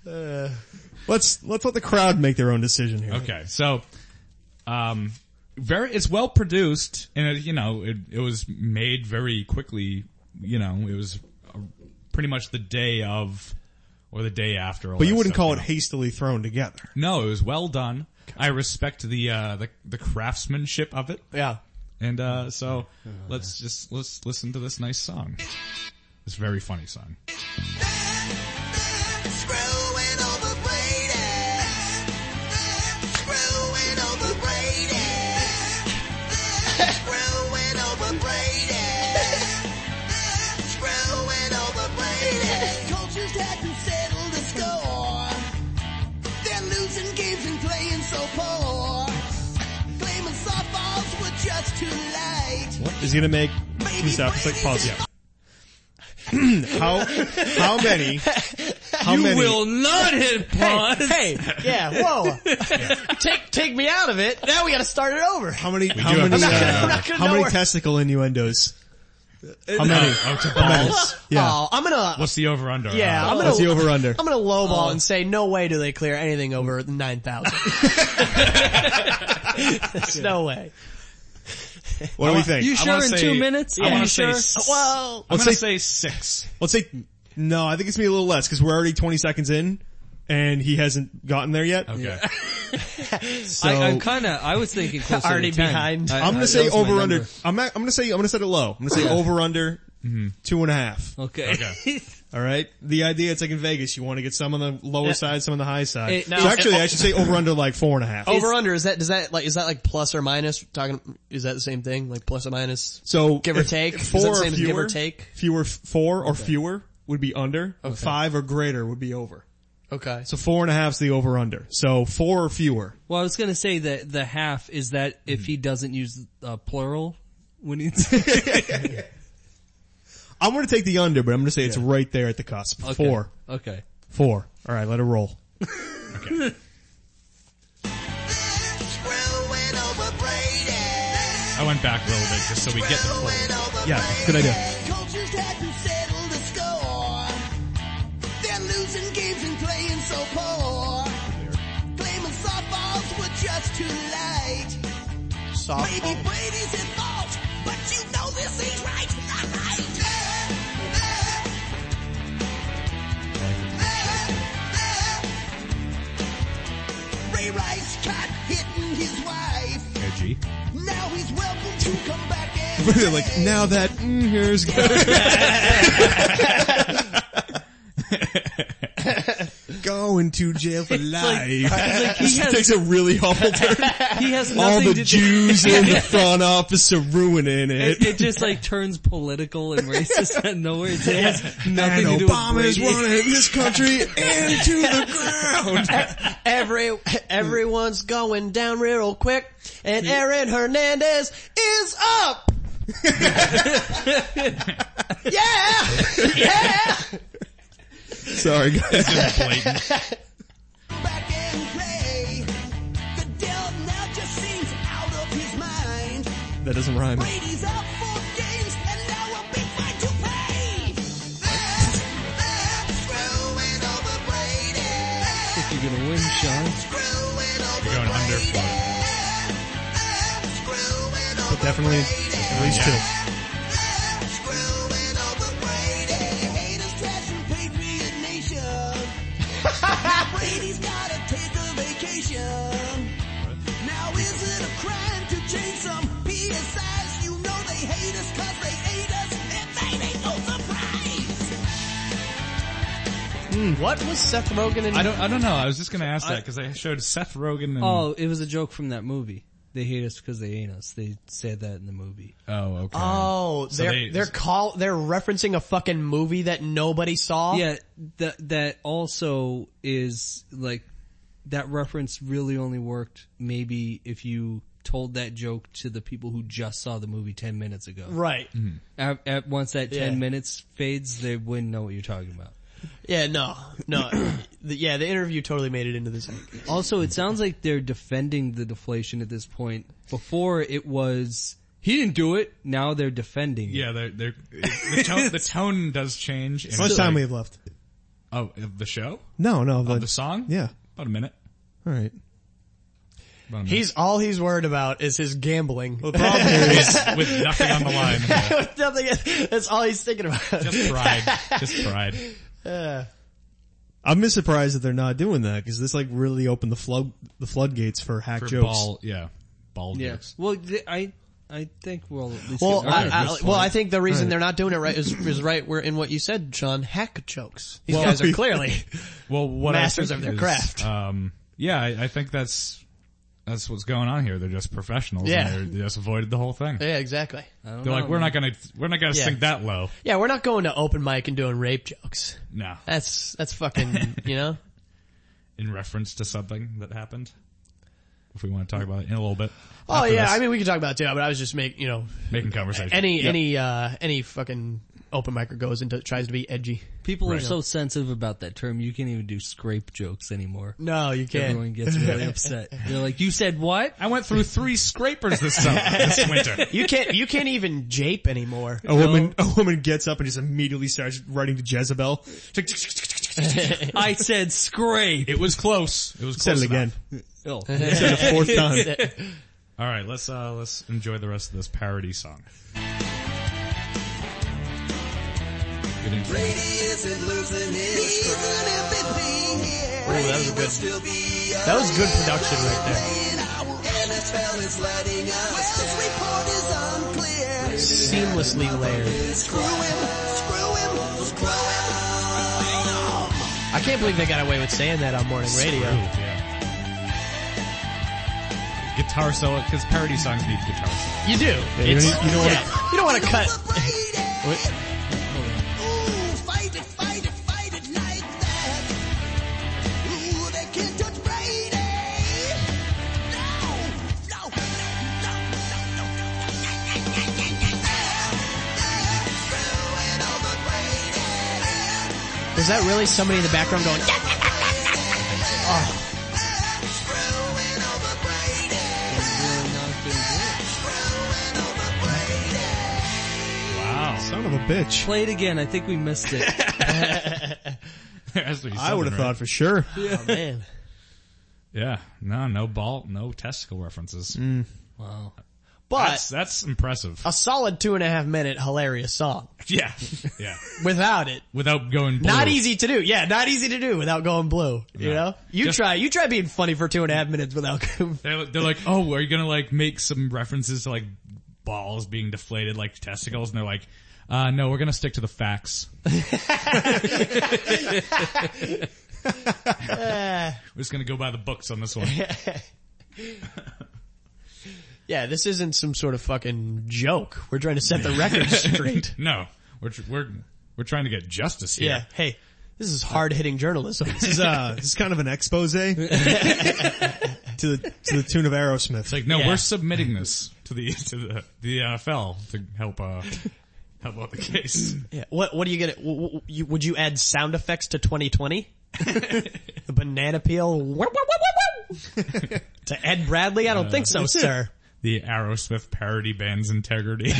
Uh, let's let's let the crowd make their own decision here.
Okay, so, um, very, it's well produced, and it, you know, it, it was made very quickly, you know, it was uh, pretty much the day of, or the day after. all
But you
that
wouldn't
stuff
call
came
it
out.
hastily thrown together.
No, it was well done. I respect the, uh, the, the craftsmanship of it.
yeah.
And, uh, so, let's just, let's listen to this nice song. This very funny song.
Screwing over Brady. Screwing over Brady. Screwing over Brady. Screwing over Brady. Coaches hasn't settled the score. They're losing games and playing so poor. Claiming softballs were just too light.
Is he gonna make
Baby
me stop? It's like pause.
Brady's-
how how many? How
you
many?
will not hit pause.
Hey, yeah, whoa. Take, take me out of it. Now we gotta start it over.
How many? How
do have
many?
to say
uh,
that. I'm not gonna
how
know
many
where-
testicle innuendos? How many?
Oh, it's a ball.
Yeah.
Oh, I'm gonna,
What's the Uh, over under?
yeah, I'm
What's the
gonna,
over under?
I'm gonna lowball and say no way do they clear anything over 9,000. There's no way.
What do we think?
You
I
sure
wanna
in
say-
two minutes?
I
Are
wanna
you
say
sure?
s-
Well,
I'm
Let's
gonna
say-
say six.
Let's say no. I think it's gonna be a little less because we're already 20 seconds in, and he hasn't gotten there yet.
Okay.
So
I, I'm kind of. I was thinking closer
Already
to 10.
behind.
I,
I'm
I-
gonna say
that was my
over under.
number.
I'm not, I'm gonna say I'm gonna set it low. I'm gonna say over under two and a half.
Okay.
Okay.
All right. The idea it's like in Vegas, you want to get some on the lower side, some on the high side.
It-
so
no.
actually, I should say over under like four and a half.
over under, is that, does that like, is that like plus or minus? Talking, is that the same thing? Like plus or minus?
So
Give or
if-
take?
if
Is that
four
the
or
same as
fewer,
give or take?
Fewer, four or fewer would be under. Five or greater would be over.
Okay.
So four and a half's the over under. So four or fewer.
Well, I was gonna say that the half is that if he doesn't use uh, plural when he's
I'm going to take the under, but I'm going to say it's right there at the cusp.
Okay.
Four,
Okay.
four. All right, let it roll.
Okay.
Screwing over Brady.
I went back a little bit just so we get the full.
Yeah, good idea.
Coaches hadn't settled the score. They're losing games and playing so poor. Claiming softballs were just too light. Maybe
Softball.
Brady's at fault, but you know this ain't right. Ray Rice caught hitting his wife.
edgy.
Now he's welcome to come back and
They're like,
play.
now that, mm, here's Going to jail for life.
he
It
has
takes a really awful turn.
he has
All
nothing
the
to
Jews in the front office are ruining
It,
it.
it just like turns political and racist out of nowhere. It has nothing
And
to do
Obama's
with Brady.
running this country into the ground.
Every, everyone's going down real quick and Aaron Hernandez is up! yeah! Yeah!
Sorry guys.
Blatant.
back and play. Goodell now just seems out of his mind.
That doesn't rhyme.
Brady's out for games, and now a big fight to pay. Screwing over Brady.
If you're gonna win, Sean.
Screwing over
You're going under
Brady.
for
Screwing
But
over
definitely at least two.
Screwing over Brady. Haters trashing Patriot Nation. Brady's gotta take a vacation. Now is it a crime to change some PSIs? You know they hate us cause they hate us and they ain't no surprise.
What was Seth Rogen in?
I don't. I don't know. I was just gonna ask that because I showed Seth Rogen. And,
Oh, it was a joke from that movie. They hate us because they ain't us. They said that in the movie.
Oh, okay.
Oh,
So
they're
they-
they're call they're referencing a fucking movie that nobody saw.
Yeah, that that also is like that reference really only worked maybe if you told that joke to the people who just saw the movie 10 minutes ago.
Right.
At, at once that 10
Yeah.
minutes fades, they wouldn't know what you're talking about.
Yeah. No. No. the, yeah. The interview totally made it into this.
Also, it sounds like they're defending the deflation at this point. Before it was, he didn't do it, now they're defending it.
yeah. They're, they're, the, tone, the tone does change. and
How much
it's
time we
like-
have left?
Oh, of the show,
No, no. but-
the song.
Yeah.
about a minute.
All right.
About a minute.
He's all he's worried about is his gambling.
The problem is,
with nothing on the line.
Nothing. That's all he's thinking about.
Just pride. Just pride.
I'm just surprised that they're not doing that because this like really opened the flood the floodgates for hack
For
jokes.
ball, yeah, ball
Yeah.
jokes.
Well, th- I, I think we'll at least
Well,
get rid
I,
of
I,
this
well,
one.
I think the reason they're not doing it right is, is right where in what you said, Sean. Hack jokes. These
Well,
guys are clearly.
Well, what I
Masters
think
of their
is,
craft.
Um, yeah, I, I think that's that's what's going on here. They're just professionals.
Yeah.
and they're, they just avoided the whole thing.
yeah. Exactly.
I don't
They're like,
know,
we're
man.
not gonna, we're not gonna
Yeah.
sink that low.
Yeah. We're not going to open mic and doing rape jokes.
No,
That's that's fucking. you know.
in reference to something that happened. If we want to talk about it in a little bit.
Oh
After
yeah.
this,
I mean, we can talk about it too, but I was just making you know
making conversation.
any
Yeah.
any uh any fucking open micer goes into tries to be edgy.
People are so sensitive about that term, you can't even do scrape jokes anymore.
No, you can't.
Everyone gets really upset. They're like, you said what?
I went through three scrapers this summer, this winter.
You can't. You can't even jape anymore.
A woman, a woman gets up and just immediately starts writing to Jezebel.
I said scrape.
It was close. It was
Said
close
it
enough.
again.
Oh.
Said it a fourth time.
All right, let's uh let's enjoy the rest of this parody song. Good intro.
isn't losing his stride.
Ooh, that was a good-
Still be
That was good production right there.
NFL is letting us. Will's report is unclear.
Seamlessly layered.
Screw him, screw him, screw him.
I can't believe they got away with saying that on morning radio.
Yeah. Guitar solo, because parody songs need guitar solo.
You do.
you
It's-
don't- you don't wanna-
yeah. You don't want to cut.
What? Ooh, fight it, fight it, fight it like that. Ooh, they can't touch Brady. No, no, no, no, no, no, no, no, no, no, no, no, no. Yeah, screw it over Brady.
Is that really somebody in the background going? "Yeah."
Yeah, screw it over Brady. Screw it over Brady.
Wow.
Son of a bitch.
Play it again. I think we missed it.
I would have thought for sure.
Oh man.
Yeah. No, no ball, no testicle references.
Wow.
That's,
But
that's impressive.
a solid two and a half minute hilarious song.
yeah. Yeah.
Without it,
Without going blue.
not easy to do. Yeah, not easy to do without going blue. You
Yeah.
know, you
Just-
try. You try being funny for two and a half minutes without.
They're, they're like, oh, are you gonna like make some references to like balls being deflated like testicles? And they're like, uh, no, we're gonna stick to the facts. we're just gonna go by the books on this one.
Yeah, this isn't some sort of fucking joke. We're trying to set the record straight.
No, we're, tr- we're, we're trying to get justice here.
Yeah. Hey, this is hard hitting journalism.
This is, uh, this is kind of an expose to the to the tune of Aerosmith.
It's like, no,
Yeah.
we're submitting this to the to the the NFL to help uh help out the case.
Yeah. What What do you get? W- w- you- Would you add sound effects to 2020? the banana peel wah, wah, wah, wah, wah. to Ed Bradley? I don't think so, sir.
The Aerosmith parody band's integrity.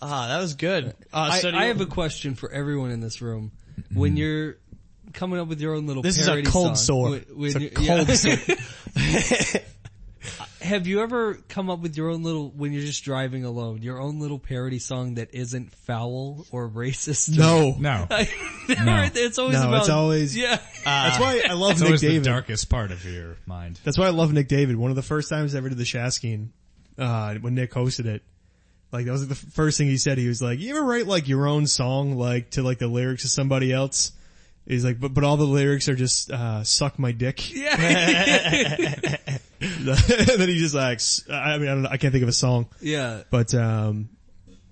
Ah, that was good. Uh,
I,
so do
I
you-
have a question for everyone in this room. When you're coming up with your own little
Mm-hmm. This is a
parody
cold
song,
sore.
when- when
It's a
you-
cold sore.
Have you ever come up with your own little, when you're just driving alone, your own little parody song that isn't foul or racist?
No,
No,
I- It's always
No,
about,
it's always-
yeah.
that's why I love
it's
Nick
always the
David.
darkest part of your mind.
That's why I love Nick David. One of the first times I ever did the Shaskeen, uh, when Nick hosted it, Like that was the first thing he said. He was like, "You ever write like your own song, like to like the lyrics of somebody else?" He's like, "But but all the lyrics are just uh, suck my dick."
Yeah.
and then he just like, s- I mean, I don't know, I can't think of a song,
yeah.
but um,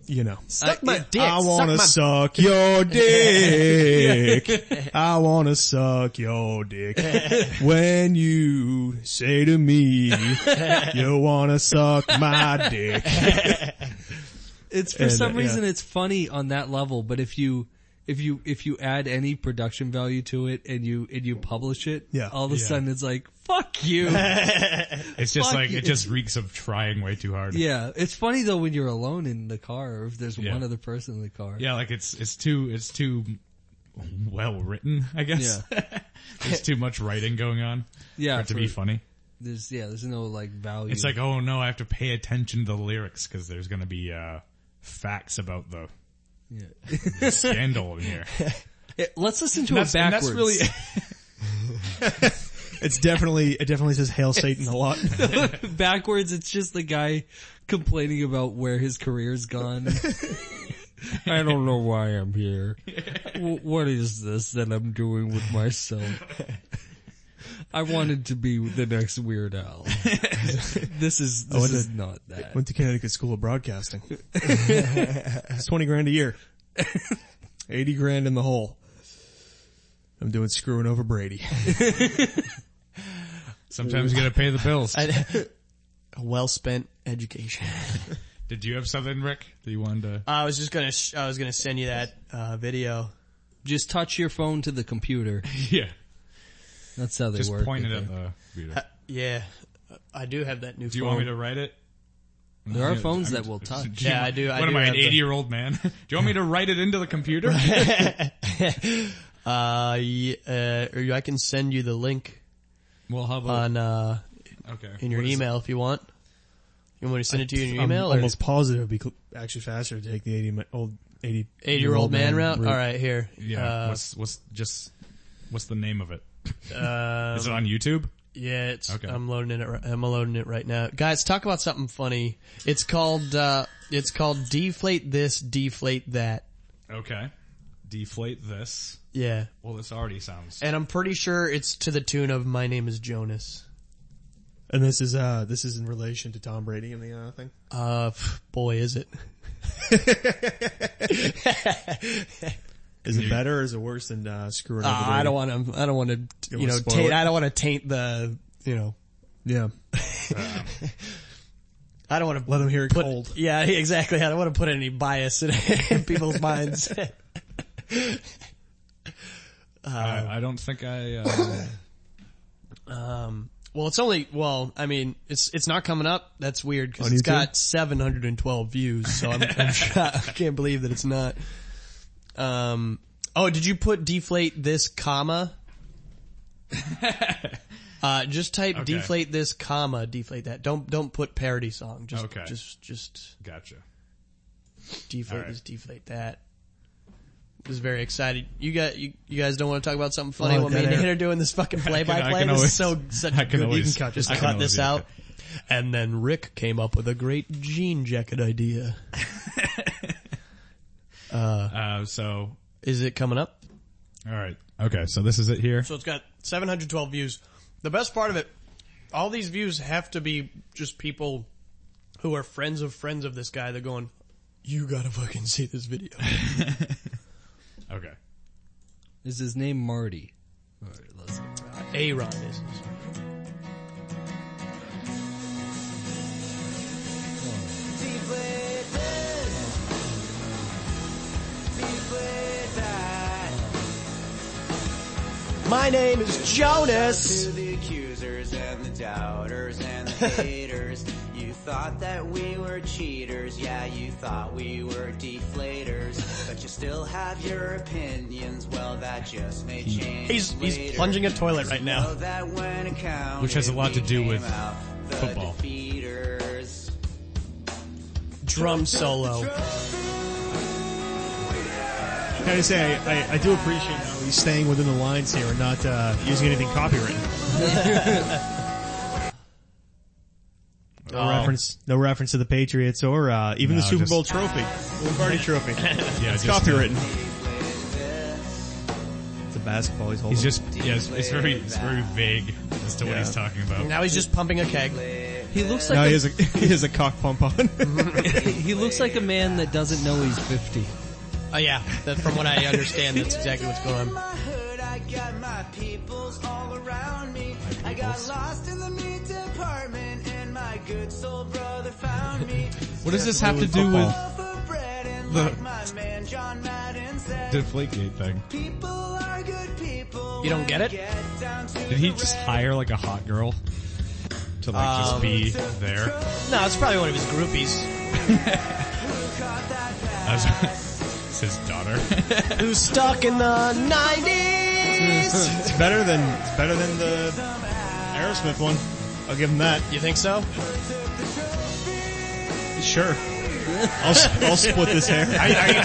you know,
Suck my dick.
I wanna
suck
suck your dick. I wanna suck your dick. When you say to me, you wanna suck my dick.
It's for
And, uh,
some
yeah.
reason it's funny on that level, but if you if you if you add any production value to it and you and you publish it,
Yeah.
all of a
Yeah.
sudden it's like fuck you.
It's just
Fuck
like
you.
it just reeks of trying way too hard.
yeah, it's funny though when you're alone in the car or if there's
Yeah.
one other person in the car.
Yeah, like it's it's too it's too well written, I guess. There's too much writing going on
yeah,
for it to be
for-
funny.
There's yeah, there's no like value.
It's like, oh no, I have to pay attention to the lyrics because there's gonna be uh facts about the
Yeah.
scandal in here.
Eh, let's listen to
That's-
it
and
backwards.
that's really
It's definitely, it definitely says hail Satan a lot.
backwards. It's just the guy complaining about where his career's gone. I don't know why I'm here. W- what is this that I'm doing with myself? I wanted to be the next Weird Al. this is this
wonder-
is not that.
Went to Connecticut School of Broadcasting. it's 20 grand a year. 80 grand in the hole. I'm doing screwing over Brady.
sometimes you gotta pay the bills.
my. well spent education.
Did you have something, Rick, that you wanted
Uh,
to
Ah, I was just gonna. Sh- I was gonna send you that uh, video.
Just touch your phone to the computer.
Yeah.
That's how they
Just
work.
point
I
it at
think.
the computer.
Uh, yeah, I do have that new
Do you
phone.
want me to write it?
There are phones that will touch.
Do you-
Yeah, I do- I
what
do
am I, an
have the-
eighty-year-old man? Do you want me to write it into the computer?
Uh, ye- uh, or you- I can send you the link
well, how about
on uh
okay
in your
What is it?
email if you want. You want me to send it to you in your
I'm
email? or-
almost positive it'd be cl- actually faster to take the 80 mi- old 80
eight year old man route. All right, here.
Yeah.
Uh,
what's what's just what's the name of it?
uh,
Is it on YouTube?
yeah, it's.
Okay.
I'm loading it. ri- I'm loading it right now, guys. Talk about something funny. It's called. uh It's called deflate this, deflate that.
Okay. Deflate this.
Yeah,
Well, this already sounds.
and I'm pretty sure it's to the tune of "My name is Jonas."
And this is uh this is in relation to Tom Brady and the uh, thing.
Uh, pff, boy, is it.
Is it better or is it worse than uh screwing
Uh,
over Brady?
I don't want to. I don't want to.
You
You
wanna
know,
spoil
taint,
it?
I don't want to taint the. You know,
Yeah.
I don't want to
Let him hear it
put.
cold.
Yeah, exactly. I don't want to put any bias in, in people's minds.
I, I don't think I. Uh,
Um, well, it's only. Well, I mean, it's it's not coming up. That's weird because
On
it's
YouTube?
got 712 views. So I'm, I'm shocked. I can't believe that it's not. Um. Oh, did you put deflate this comma? Uh, just type
Okay.
deflate this comma deflate that. Don't don't put parody song. Just
Okay.
just just
gotcha.
deflate
All right.
this, deflate that. Just very excited. You got you, you guys don't want to talk about something funny
Oh,
while me and
dead air.
Nate are doing this fucking play
I
by
can
play. This
always-
is so such
I can
good.
always-
you can cut, just
I can
cut
always
this
do
out. And then Rick came up with a great jean jacket idea.
Uh, so,
Is it coming up?
all right. Okay, so this is it here.
So it's got 712 views. The best part of it, all these views have to be just people who are friends of friends of this guy. They're going, you gotta fucking see this video.
Okay.
Is his name Marty? All right, let's go.
Aaron is.
Deflate this. Deflate that.
My name is Jonas.
To the accusers and the doubters and the haters, you thought that we were cheaters. Yeah, you thought we were deflators, but you still have your opinions. Well, that just may change.
He's he's
later.
plunging a toilet right
Know
now.
that when it counted,
Which has a lot
we
to do
came
with
out the
football.
Defeaters.
Drum solo.
Can I just say I, I, I do appreciate how he's staying within the lines here and not uh using anything copyrighted. No
Oh.
reference, no reference to the Patriots or uh, even the
No,
Super
just-
Bowl trophy, Lombardi Trophy.
Yeah,
it's
just-
copywritten. It's a basketball. He's holding.
He's just yeah, it's, it's very it's very vague as to what he's talking about.
Now he's just pumping a keg.
He looks
now
like
he
a,
has a he has a cock pump on.
he looks like a man that doesn't know he's fifty.
Oh yeah, that, from what I understand, that's exactly what's going on.
I got my peoples all around me. I got lost in the meat department and my good soul brother found me.
What does this have to do with
For bread and
The-
like my man John Madden said,
Deflategate thing?
people are good people.
You don't get it?
Did he just hire like a hot girl to like just be there?
No, it's probably one of his groupies
As it's his daughter.
who's stuck in the nineties.
it's better than it's better than the Aerosmith one. I'll give him that.
You think so?
Sure. I'll s- I'll split this hair.
Are you, are you-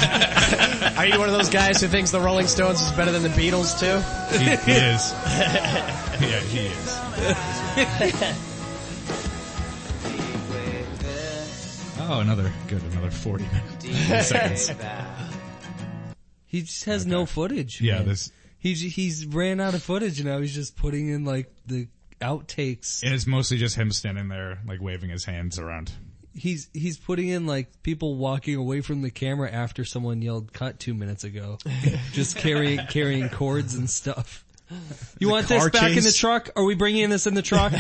are you one of those guys who thinks the Rolling Stones is better than the Beatles too?
he, he is. Yeah, he is. Oh, another good, another forty minutes. seconds.
He just has no footage.
Yeah,
man.
this
He j- he's ran out of footage and now he's just putting in like the outtakes.
and it's mostly just him standing there, like waving his hands around.
He's he's putting in like people walking away from the camera after someone yelled cut two minutes ago. just carrying carrying cords and stuff. You want this
car
back in the
chase?
truck? Are we bringing this in the truck?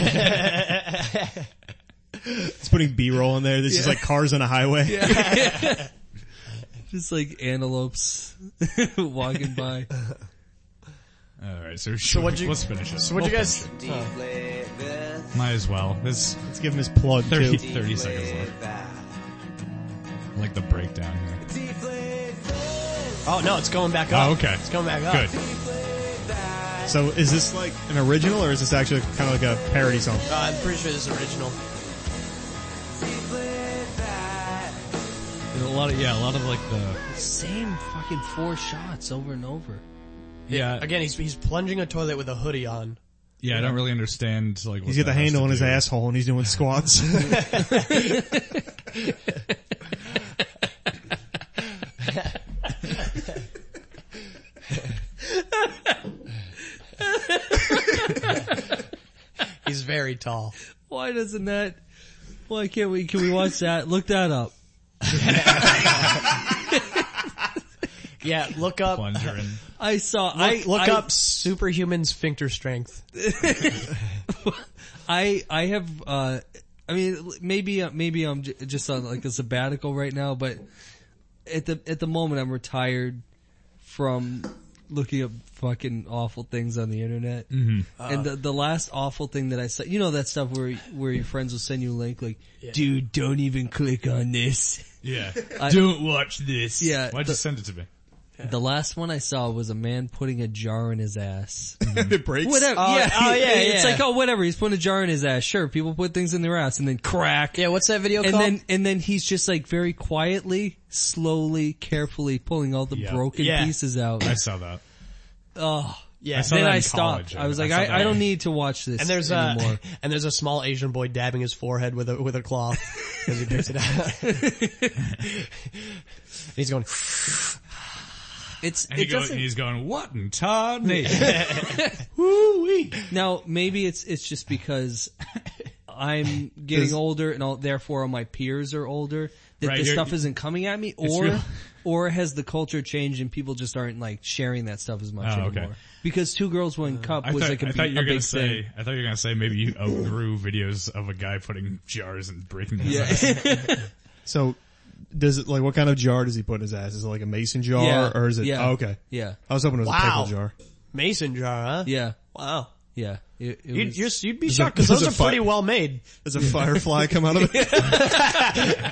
It's putting B-roll in there. This is like cars on a highway.
just like antelopes walking by.
All right, so, so
what'd you-
let's finish this.
So what do you guys?
Might as well. This
Let's give him his plug
30,
too.
30 seconds left. I like the breakdown here.
Oh no, it's going back up.
Oh, okay.
it's going back up.
Good.
So is this like an original or is this actually kind of like a parody song?
Uh, I'm pretty sure this is original.
There's a lot of yeah, a lot of like the
Same fucking four shots over and over.
yeah
Again, he's he's plunging a toilet with a hoodie on.
yeah. I don't really understand like what
He's got the
that has
handle
to
on his
do.
asshole and he's doing squats.
He's very tall.
Why doesn't that? Why can't we? Can we watch that? Look that up.
Yeah, look up.
plunger and
I saw. I
Look, look
I,
up superhuman sphincter strength.
I I have. uh I mean, maybe uh, maybe I'm j- just on like a sabbatical right now, but at the at the moment I'm retired from looking up fucking awful things on the internet. Mm-hmm. and the the last awful thing that I saw, you know that stuff where where your friends will send you a link like, dude, don't even click on this.
yeah.
I-
don't watch this.
Yeah,
why'd
the-
you send it to me?
The last one I saw was a man putting a jar in his ass.
it breaks.
Whatever.
Oh,
yeah.
oh, yeah,
It's
yeah.
like, oh, whatever. He's putting a jar in his ass. Sure. People put things in their ass and then crack.
Yeah, what's that video
And
called?
then, and then he's just like very quietly, slowly, carefully pulling all the
Yeah.
broken
Yeah.
pieces out.
I saw that.
oh,
yeah,
I saw
then
that in
I stopped.
college,
I was
I
like,
saw
I,
that
I,
in-
don't need to watch this
and there's uh,
anymore.
a and there's a small Asian boy dabbing his forehead with a with a cloth as he picks it up. He's going.
it's,
And, he
it
goes,
doesn't-
and he's going, what in Todd Nation?
Now, maybe it's it's just because I'm getting
Does-
older, and all, therefore all my peers are older. That
Right,
this
you're-
stuff isn't coming at me, or
real-
or has the culture changed and people just aren't like sharing that stuff as much
Oh,
anymore?
okay. Uh,
Because two girls, one cup
I
was
thought,
like a,
I
big-
thought you were
a
gonna
big
say,
thing.
I thought you were gonna say maybe you outgrew videos of a guy putting jars and breaking them.
Yeah.
So does it like what kind of jar does he put in his ass? Is it like a mason jar
Yeah,
or is it?
yeah.
oh, okay.
Yeah,
I was hoping it was
Wow.
a pickle jar.
Mason jar, huh?
yeah,
Wow.
yeah. It, it
You'd,
was-
you're, you'd be shocked because
those
those
are
are pretty
fun.
well made.
Does a firefly come out of it?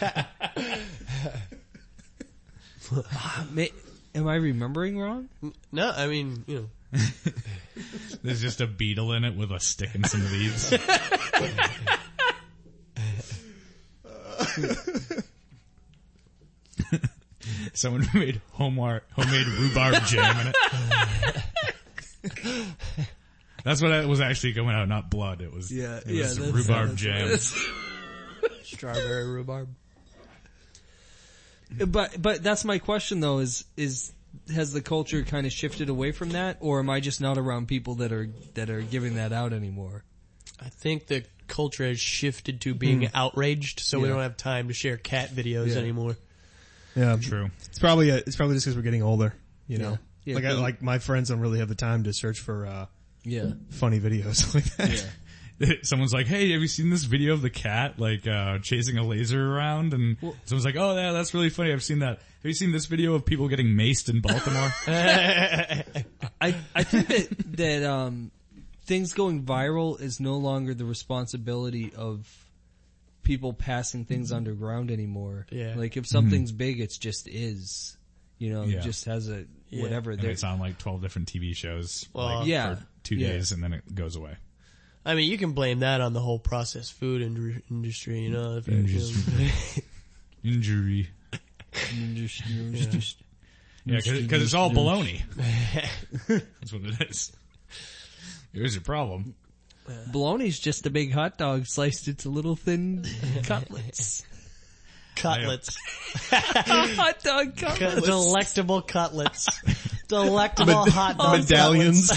ma- am I remembering wrong?
No, I mean, you know,
There's just a beetle in it with a stick and some leaves. Someone made homemade homemade rhubarb jam in it. That's what it was actually going out, not blood. It was
Yeah,
it was
yeah, that's-
rhubarb
that's-
jam.
Strawberry rhubarb.
But but that's my question though is is has the culture kind of shifted away from that or am I just not around people that are that are giving that out anymore?
I think the culture has shifted to being outraged, so we
Mm-hmm. Yeah.
don't have time to share cat videos
Yeah.
anymore.
Yeah,
True.
it's probably a, it's probably just because we're getting older. You know,
Yeah. Yeah,
like I,
but-
like my friends don't really have the time to search for uh,
Yeah.
funny videos like that. Yeah.
Someone's like, "Hey, have you seen this video of the cat like uh chasing a laser around?" And someone's like, "Oh, yeah, that's really funny. I've seen that. Have you seen this video of people getting maced in Baltimore?"
I I think that that um things going viral is no longer the responsibility of people passing things underground anymore.
Yeah.
Like if something's big it's just is. You know,
Yeah.
it just has a whatever
and
there-
it's on like 12 different TV shows
Well,
like,
yeah.
for two
Yeah.
days and then it goes away.
I mean, you can blame that on the whole processed food ind- industry, you know. if-
Injury.
Yeah.
Yeah, because it's all baloney. That's what it is. Here's your problem.
Bologna's just a big hot dog sliced into little thin cutlets.
Cutlets.
hot dog
Cut-
cutlets.
Delectable cutlets. Delectable hot dog
medallions.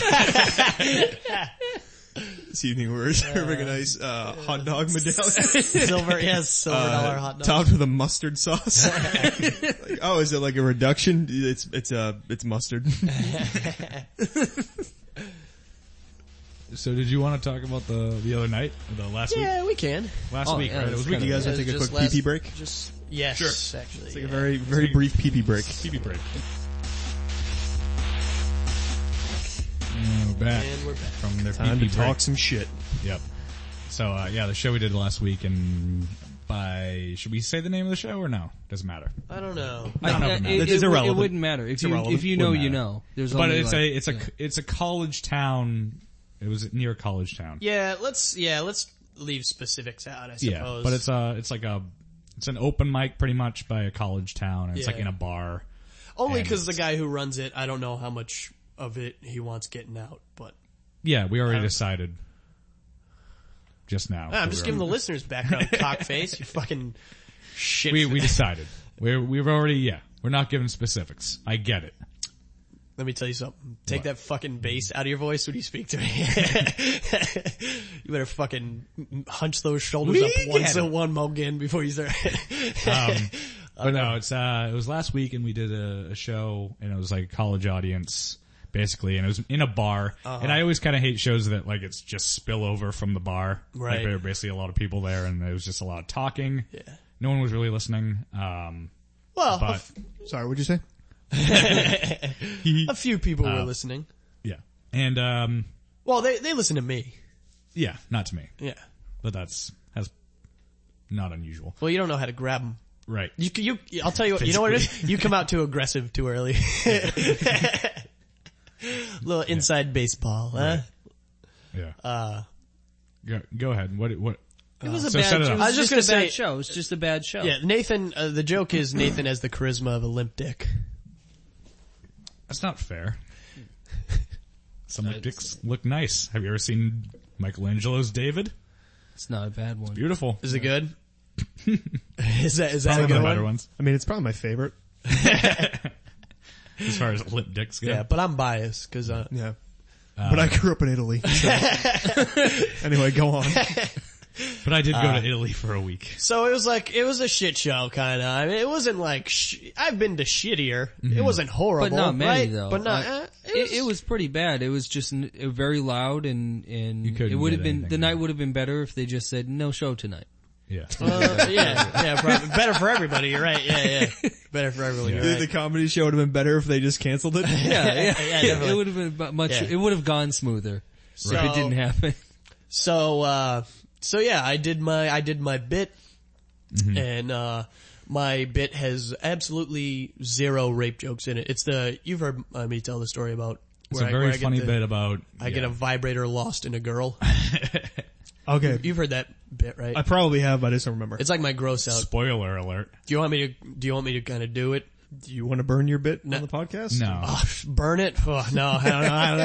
this evening we're serving a nice uh, hot dog medallion,
cutlets. Silver, yes, silver dollar hot dog.
topped with a mustard sauce. Like, oh, is it like a reduction? It's it's uh it's mustard.
So did you want to talk about the the other night, the last week,
yeah, we can.
last
Oh,
week?
yeah,
right? It
that's
was
kinda-
weekend.
You guys want to
It's
take a
just
quick
last-
PP break?
Just yes,
Sure.
actually.
Take
yeah.
a very very brief PP break.
TV break. And we're back
And we're back.
from their
Time
pee-pee
to talk
break.
some shit.
Yep. So uh, yeah, the show we did last week, and by should we say the name of the show or no? Doesn't matter.
I don't know.
I-
No, no,
it-
no.
it,
It's
it-
irrelevant.
It wouldn't matter. If you,
irrelevant.
if you know,
Wouldn't
you
matter.
know. There's
But
only
it's
like-
a it's a it's a college town. It was near college town.
Yeah, let's yeah, let's leave specifics out. I
Yeah,
suppose.
but it's a it's like a it's an open mic pretty much by a college town. And It's like
Yeah.
in a bar.
only
and
because the guy who runs it, I don't know how much of it he wants getting out. But
Yeah, we already decided. Just now.
Ah, I'm
We
just
were-
giving the listeners background, cockface. You fucking shit.
we we decided. We're we've already yeah. We're not giving specifics. I get it.
Let me tell you something. Take that fucking bass out of your voice when you speak to me. you better fucking hunch those shoulders
We
up
get
once
it.
a one again before you start.
Um, but no, it's uh, it was last week, and we did a, a show, and it was like a college audience basically, and it was in a bar.
Uh-huh.
And I always kind of hate shows that like it's just spillover from the bar.
Right.
Like, there were basically a lot of people there, and there was just a lot of talking.
Yeah.
No one was really listening. Um,
well, a,
but
f-
Sorry, what'd you say?
a few people
uh,
were listening.
yeah, and um,
Well, they they listen to me.
yeah, not to me,
Yeah.
but that's that's not unusual,
Well, you don't know how to grab them.
right?
You, c- you, I'll tell you what, you know what it is? You come out too aggressive too early. Little inside baseball, huh?
Yeah. Uh, go, go ahead. What what?
it was a
so
bad
set it
show.
up.
It
I
was
was just
just,
gonna
a
say-
bad show. It's just a bad show.
Yeah, Nathan, uh, the joke is Nathan has the charisma of a limp dick.
That's not fair. Some look dicks look nice. Have you ever seen Michelangelo's David?
It's not a bad one.
Beautiful.
Is it good? is that, is that
Probably
a
one of
good
the better
one?
ones
I mean, it's probably my favorite.
as far as lip dicks go.
Yeah, but I'm biased cause, uh,
Yeah. but I grew up in Italy. So. anyway, go on.
But I did go
Uh,
to Italy for a week.
so it was like, it was a shit show kinda. I mean, it wasn't like, sh- I've been to shittier. It wasn't horrible,
But not many
right?
though.
But not,
I-
uh,
it, was, it was pretty bad. It was just n- uh, very loud and and
couldn't
it would
get
have been the
anything
night
done.
would have been better if they just said no show tonight.
Yeah.
uh, yeah, yeah, probably. better for everybody, you're right, yeah, yeah. Better for everybody, you're
The-
right.
The comedy show would have been better if they just canceled it.
Yeah, yeah,
definitely.
it would have been bu- much.
Yeah.
It would have gone smoother
So-
if it didn't happen.
So uh so yeah, I did my I did my bit
Mm-hmm.
and uh my bit has absolutely zero rape jokes in it. It's the you've heard uh, me tell the story about
It's
where
a
I-
very
where I get
funny
the-
bit about.
I get a vibrator lost in a girl.
Okay.
You've heard that bit, right?
I probably have, I just don't remember.
it's like my gross out.
spoiler alert.
Do you want me to do you want me to kind of do it?
Do you want to burn your bit on the podcast?
No.
Ugh, burn it? Oh, no, I don't know. I don't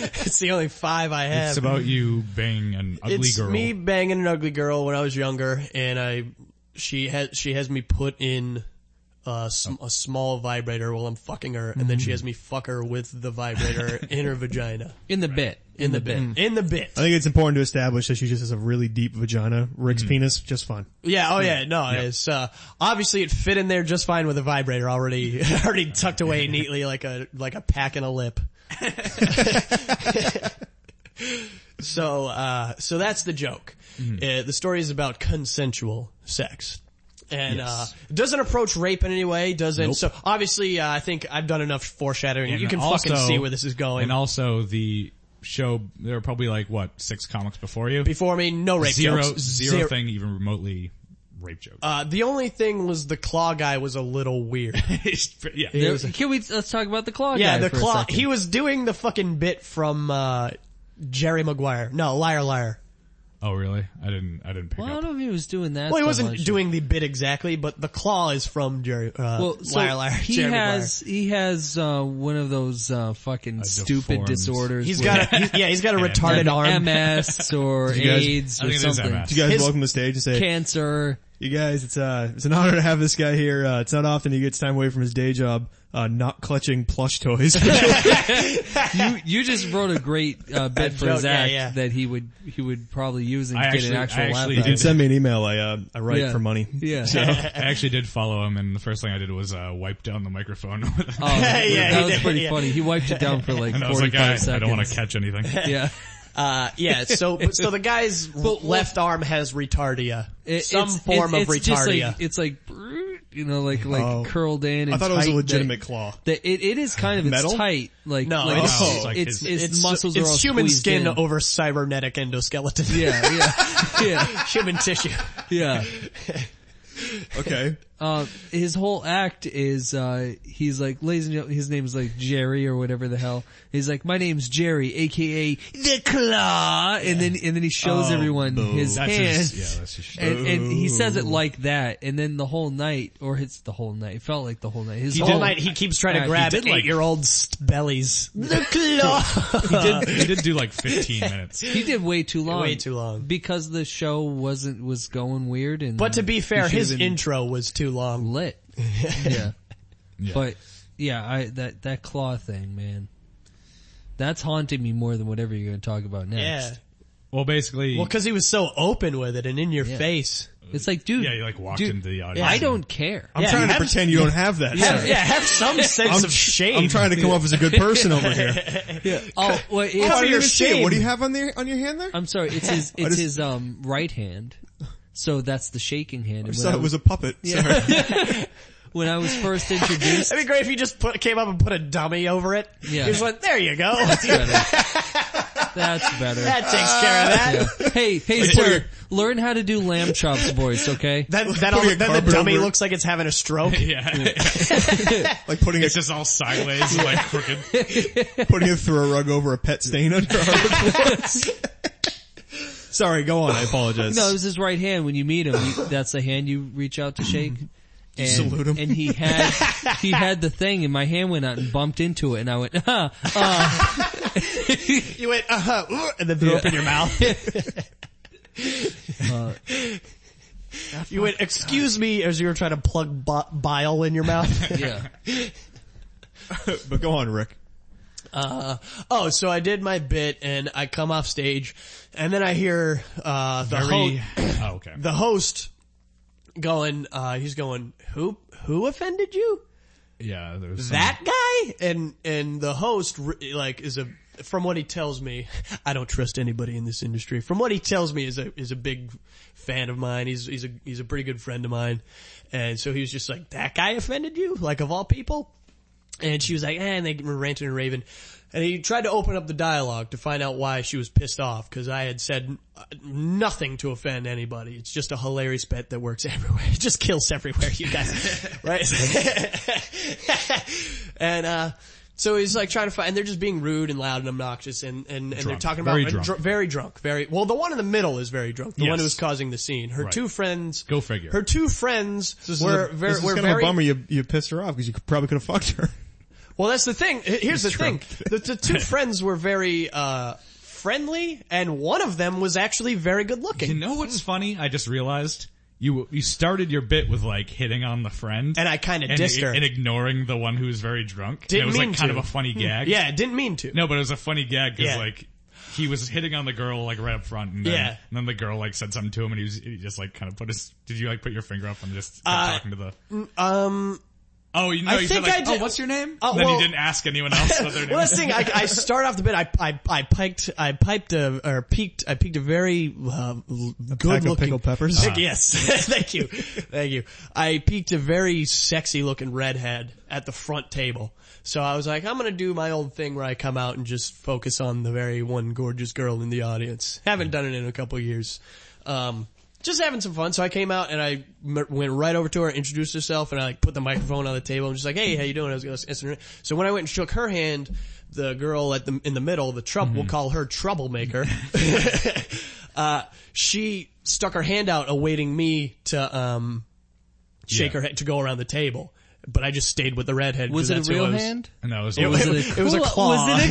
know. it's the only five I have.
It's about you being an ugly
it's
girl.
me banging an ugly girl when I was younger, and I she has she has me put in a, sm- a small vibrator while I'm fucking her, and then she has me fuck her with the vibrator in her vagina.
In the bit.
In, the, bit. In the bit.
I think it's important to establish that she just has a really deep vagina. Rick's penis, just fine.
Yeah, oh yeah, no, it's, uh, obviously it fit in there just fine with a vibrator already, already tucked away neatly like a, like a pack in a lip. so, uh, so that's the joke.
Mm-hmm.
Uh, the story is about consensual sex. And, uh, doesn't approach rape in any way, doesn't, so obviously, uh, I think I've done enough foreshadowing.
And
you can
also-
fucking see where this is going.
And also the show, there were probably like what six comics before you.
Before me, no rape
Zero,
jokes.
zero thing even remotely rape joke.
Uh, the only thing was the claw guy was a little weird.
yeah.
There- Can we, let's talk about the claw
Yeah,
guy
the
for a
claw.
second.
He was doing the fucking bit from uh, Jerry Maguire. No, liar, liar.
Oh really? I didn't. I didn't pick
Well, I
up.
don't know if he was doing that.
Well, he
so
wasn't
much.
doing the bit exactly, but the claw is from Jerry. Uh,
Well, so
liar, liar.
He
Jerry
has he has uh, one of those uh, fucking stupid
deformed-
disorders.
Maguire. He's
where-
got a he's, yeah, he's got a retarded arm.
MS or
you guys-
AIDS
I
or
think it is
something.
MS.
You guys
His-
welcome to the stage and say,
Cancer.
you guys, it's, uh, it's an honor to have this guy here. Uh, it's not often he gets time away from his day job, uh, not clutching plush toys.
You you just wrote a great uh, bit for
joke,
his
yeah,
act
yeah.
that he would he would probably use and
I
get an
actually-
actual
I actually
laugh out
Dude,
of it.
send me an email. I, uh, I write
Yeah.
for money.
Yeah.
I actually did follow him, and the first thing I did was uh, wipe down the microphone. with
Oh, that
Yeah,
that
he
was
did,
pretty
yeah.
funny. He wiped it down for like
and I was like,
45
I,
seconds.
I don't want to catch anything.
Yeah.
Uh, yeah, so so the guy's left arm has retardia,
It-
some
it's-
form
it's-
of
it's just like-
retardia.
it's like, you know, like, like
Oh.
curled in and
I thought it was
tight
a
that-
legitimate claw.
That it, it is kind of, it's
Metal? Oh.
tight. Like,
No,
like,
no,
it's,
it's like
it's,
his-
it's,
it's
muscles are all
it's human
squeezed
skin
in.
over cybernetic endoskeleton.
Yeah, yeah, yeah,
human tissue.
yeah.
Okay.
Uh, his whole act is, uh, he's like, ladies and gentlemen, his name's like Jerry or whatever the hell. He's like, my name's Jerry, aka The Claw. And then, and then he shows
Oh,
everyone
boo.
his
That's
hand.
his, yeah, that's his shit.
And, and he says it like that, and then the whole night, or it's the whole night, it felt like the whole night. His
He,
whole
did, like, he keeps trying
Yeah,
to
he
grab
did, like-
eight-year-old st- bellies. The claw.
he, did, he did do like 15 minutes.
he did way too long.
Way too long.
Because the show wasn't, was going weird and-
But to be fair,
he should've
his
been
intro was too long.
Lit. yeah.
Yeah.
But, yeah, I, that, that claw thing, man. That's haunting me more than whatever you're gonna talk about next.
Yeah.
well, basically,
Well, cause he was so open with it and in your
Yeah.
face.
It's like, dude.
yeah, you like walked
dude,
into the audience.
I don't care.
I'm
Yeah,
trying to
have-
pretend you don't have that.
Have, yeah, have some sense
I'm,
of shame.
I'm trying to come off as a good person over here.
Oh, wait,
I
it's-
don't
your
even see it.
shame.
What do you have on the on your hand there?
I'm sorry, it's his, it's
just-
his, um, right hand. So that's the shaking hand.
I
And when
saw
I
it was a puppet. Sorry.
when I was first introduced.
That'd be great if you just put, came up and put a dummy over it.
Yeah.
He was like, there you go.
That's better.
that takes care of that.
Yeah. Hey, hey, sir, learn how to do lamb chops voice, okay?
That, that all,
Putting a
then the
carpet
dummy
over it.
looks like it's having a stroke.
Yeah,
like putting a,
it's just all sideways, and, like crooked.
putting it through a rug over a pet stain under our Sorry, go on. I apologize.
No, it was his right hand. When you meet him, you, that's the hand you reach out to shake.
Mm-hmm.
And,
salute him.
and he had he had the thing, and my hand went out and bumped into it, and I went, huh, uh,
You went, uh huh, and then threw up in your mouth. you went, excuse me, as you were trying to plug bi- bile in your mouth.
yeah,
but go on, Rick.
Uh, oh, so I did my bit and I come off stage and then I hear, uh, the,
Very-
ho-
oh, okay.
the host going, uh, he's going, who, who offended you?
yeah, there was some-
That guy? And, and the host, re- like, is a, from what he tells me, I don't trust anybody in this industry. From what he tells me is a, is a big fan of mine. He's, he's a, he's a pretty good friend of mine. And so he was just like, that guy offended you? Like of all people? And she was like, eh, and they were ranting and raving. And he tried to open up the dialogue to find out why she was pissed off because I had said uh, nothing to offend anybody. It's just a hilarious bet that works everywhere. It just kills everywhere, you guys. right? and, uh, so he's like trying to find, and they're just being rude and loud and obnoxious and, and, and they're
Drunk.
talking about
Very
and
drunk.
dr- very drunk, very, well, the one in the middle is very drunk, the one
Yes.
who's causing the scene. Her
Right.
two friends,
Go figure.
Her two friends
This
were,
is a,
ver-
this is
were
kind
very,
of a bummer. You you pissed her off because you could- probably could have fucked her.
well, that's the thing. H- Here's the thing.
Trump.
The, the two friends were very, uh, friendly and one of them was actually very good looking.
You know what's funny? I just realized you you started your bit with like hitting on the friend,
And I kinda dissed her.
and ignoring the one who was very drunk.
Didn't
it was like
mean
kind
to. Hmm.
of a funny gag.
Yeah, didn't mean to.
No, but it was a funny gag because
Yeah.
like he was hitting on the girl like right up front, and then,
Yeah.
and then the girl like said something to him, and he was he just like kind of put his. Did you like put your finger up and just kept
Uh,
talking to the?
Um,
Oh, you know,
I
you said
think
like,
I did-
oh, what's your name?
Uh,
and then
well-
he didn't ask anyone else what their name.
well, that's
was.
the thing. I, I start off the bit. I I I piked. I piped a or peaked. I peaked a very uh, good looking
pickled peppers?
Yes, thank you, thank you. I peaked a very sexy looking redhead at the front table. So I was like, I'm gonna do my old thing where I come out and just focus on the very one gorgeous girl in the audience. Haven't done it in a couple years. Um, just having some fun. So I came out and I m- went right over to her, introduced herself, and I like put the microphone on the table. and just like, hey, how you doing? I was going to So when I went and shook her hand, the girl at the in the middle, the trouble, we'll call her troublemaker. uh, she stuck her hand out, awaiting me to um, shake
Yeah.
her head to go around the table. But I just stayed with the redhead. 'cause
Was it
that's
a
who I
real
was-
hand?
and that was,
It was, it was a
claw?
claw.
Was it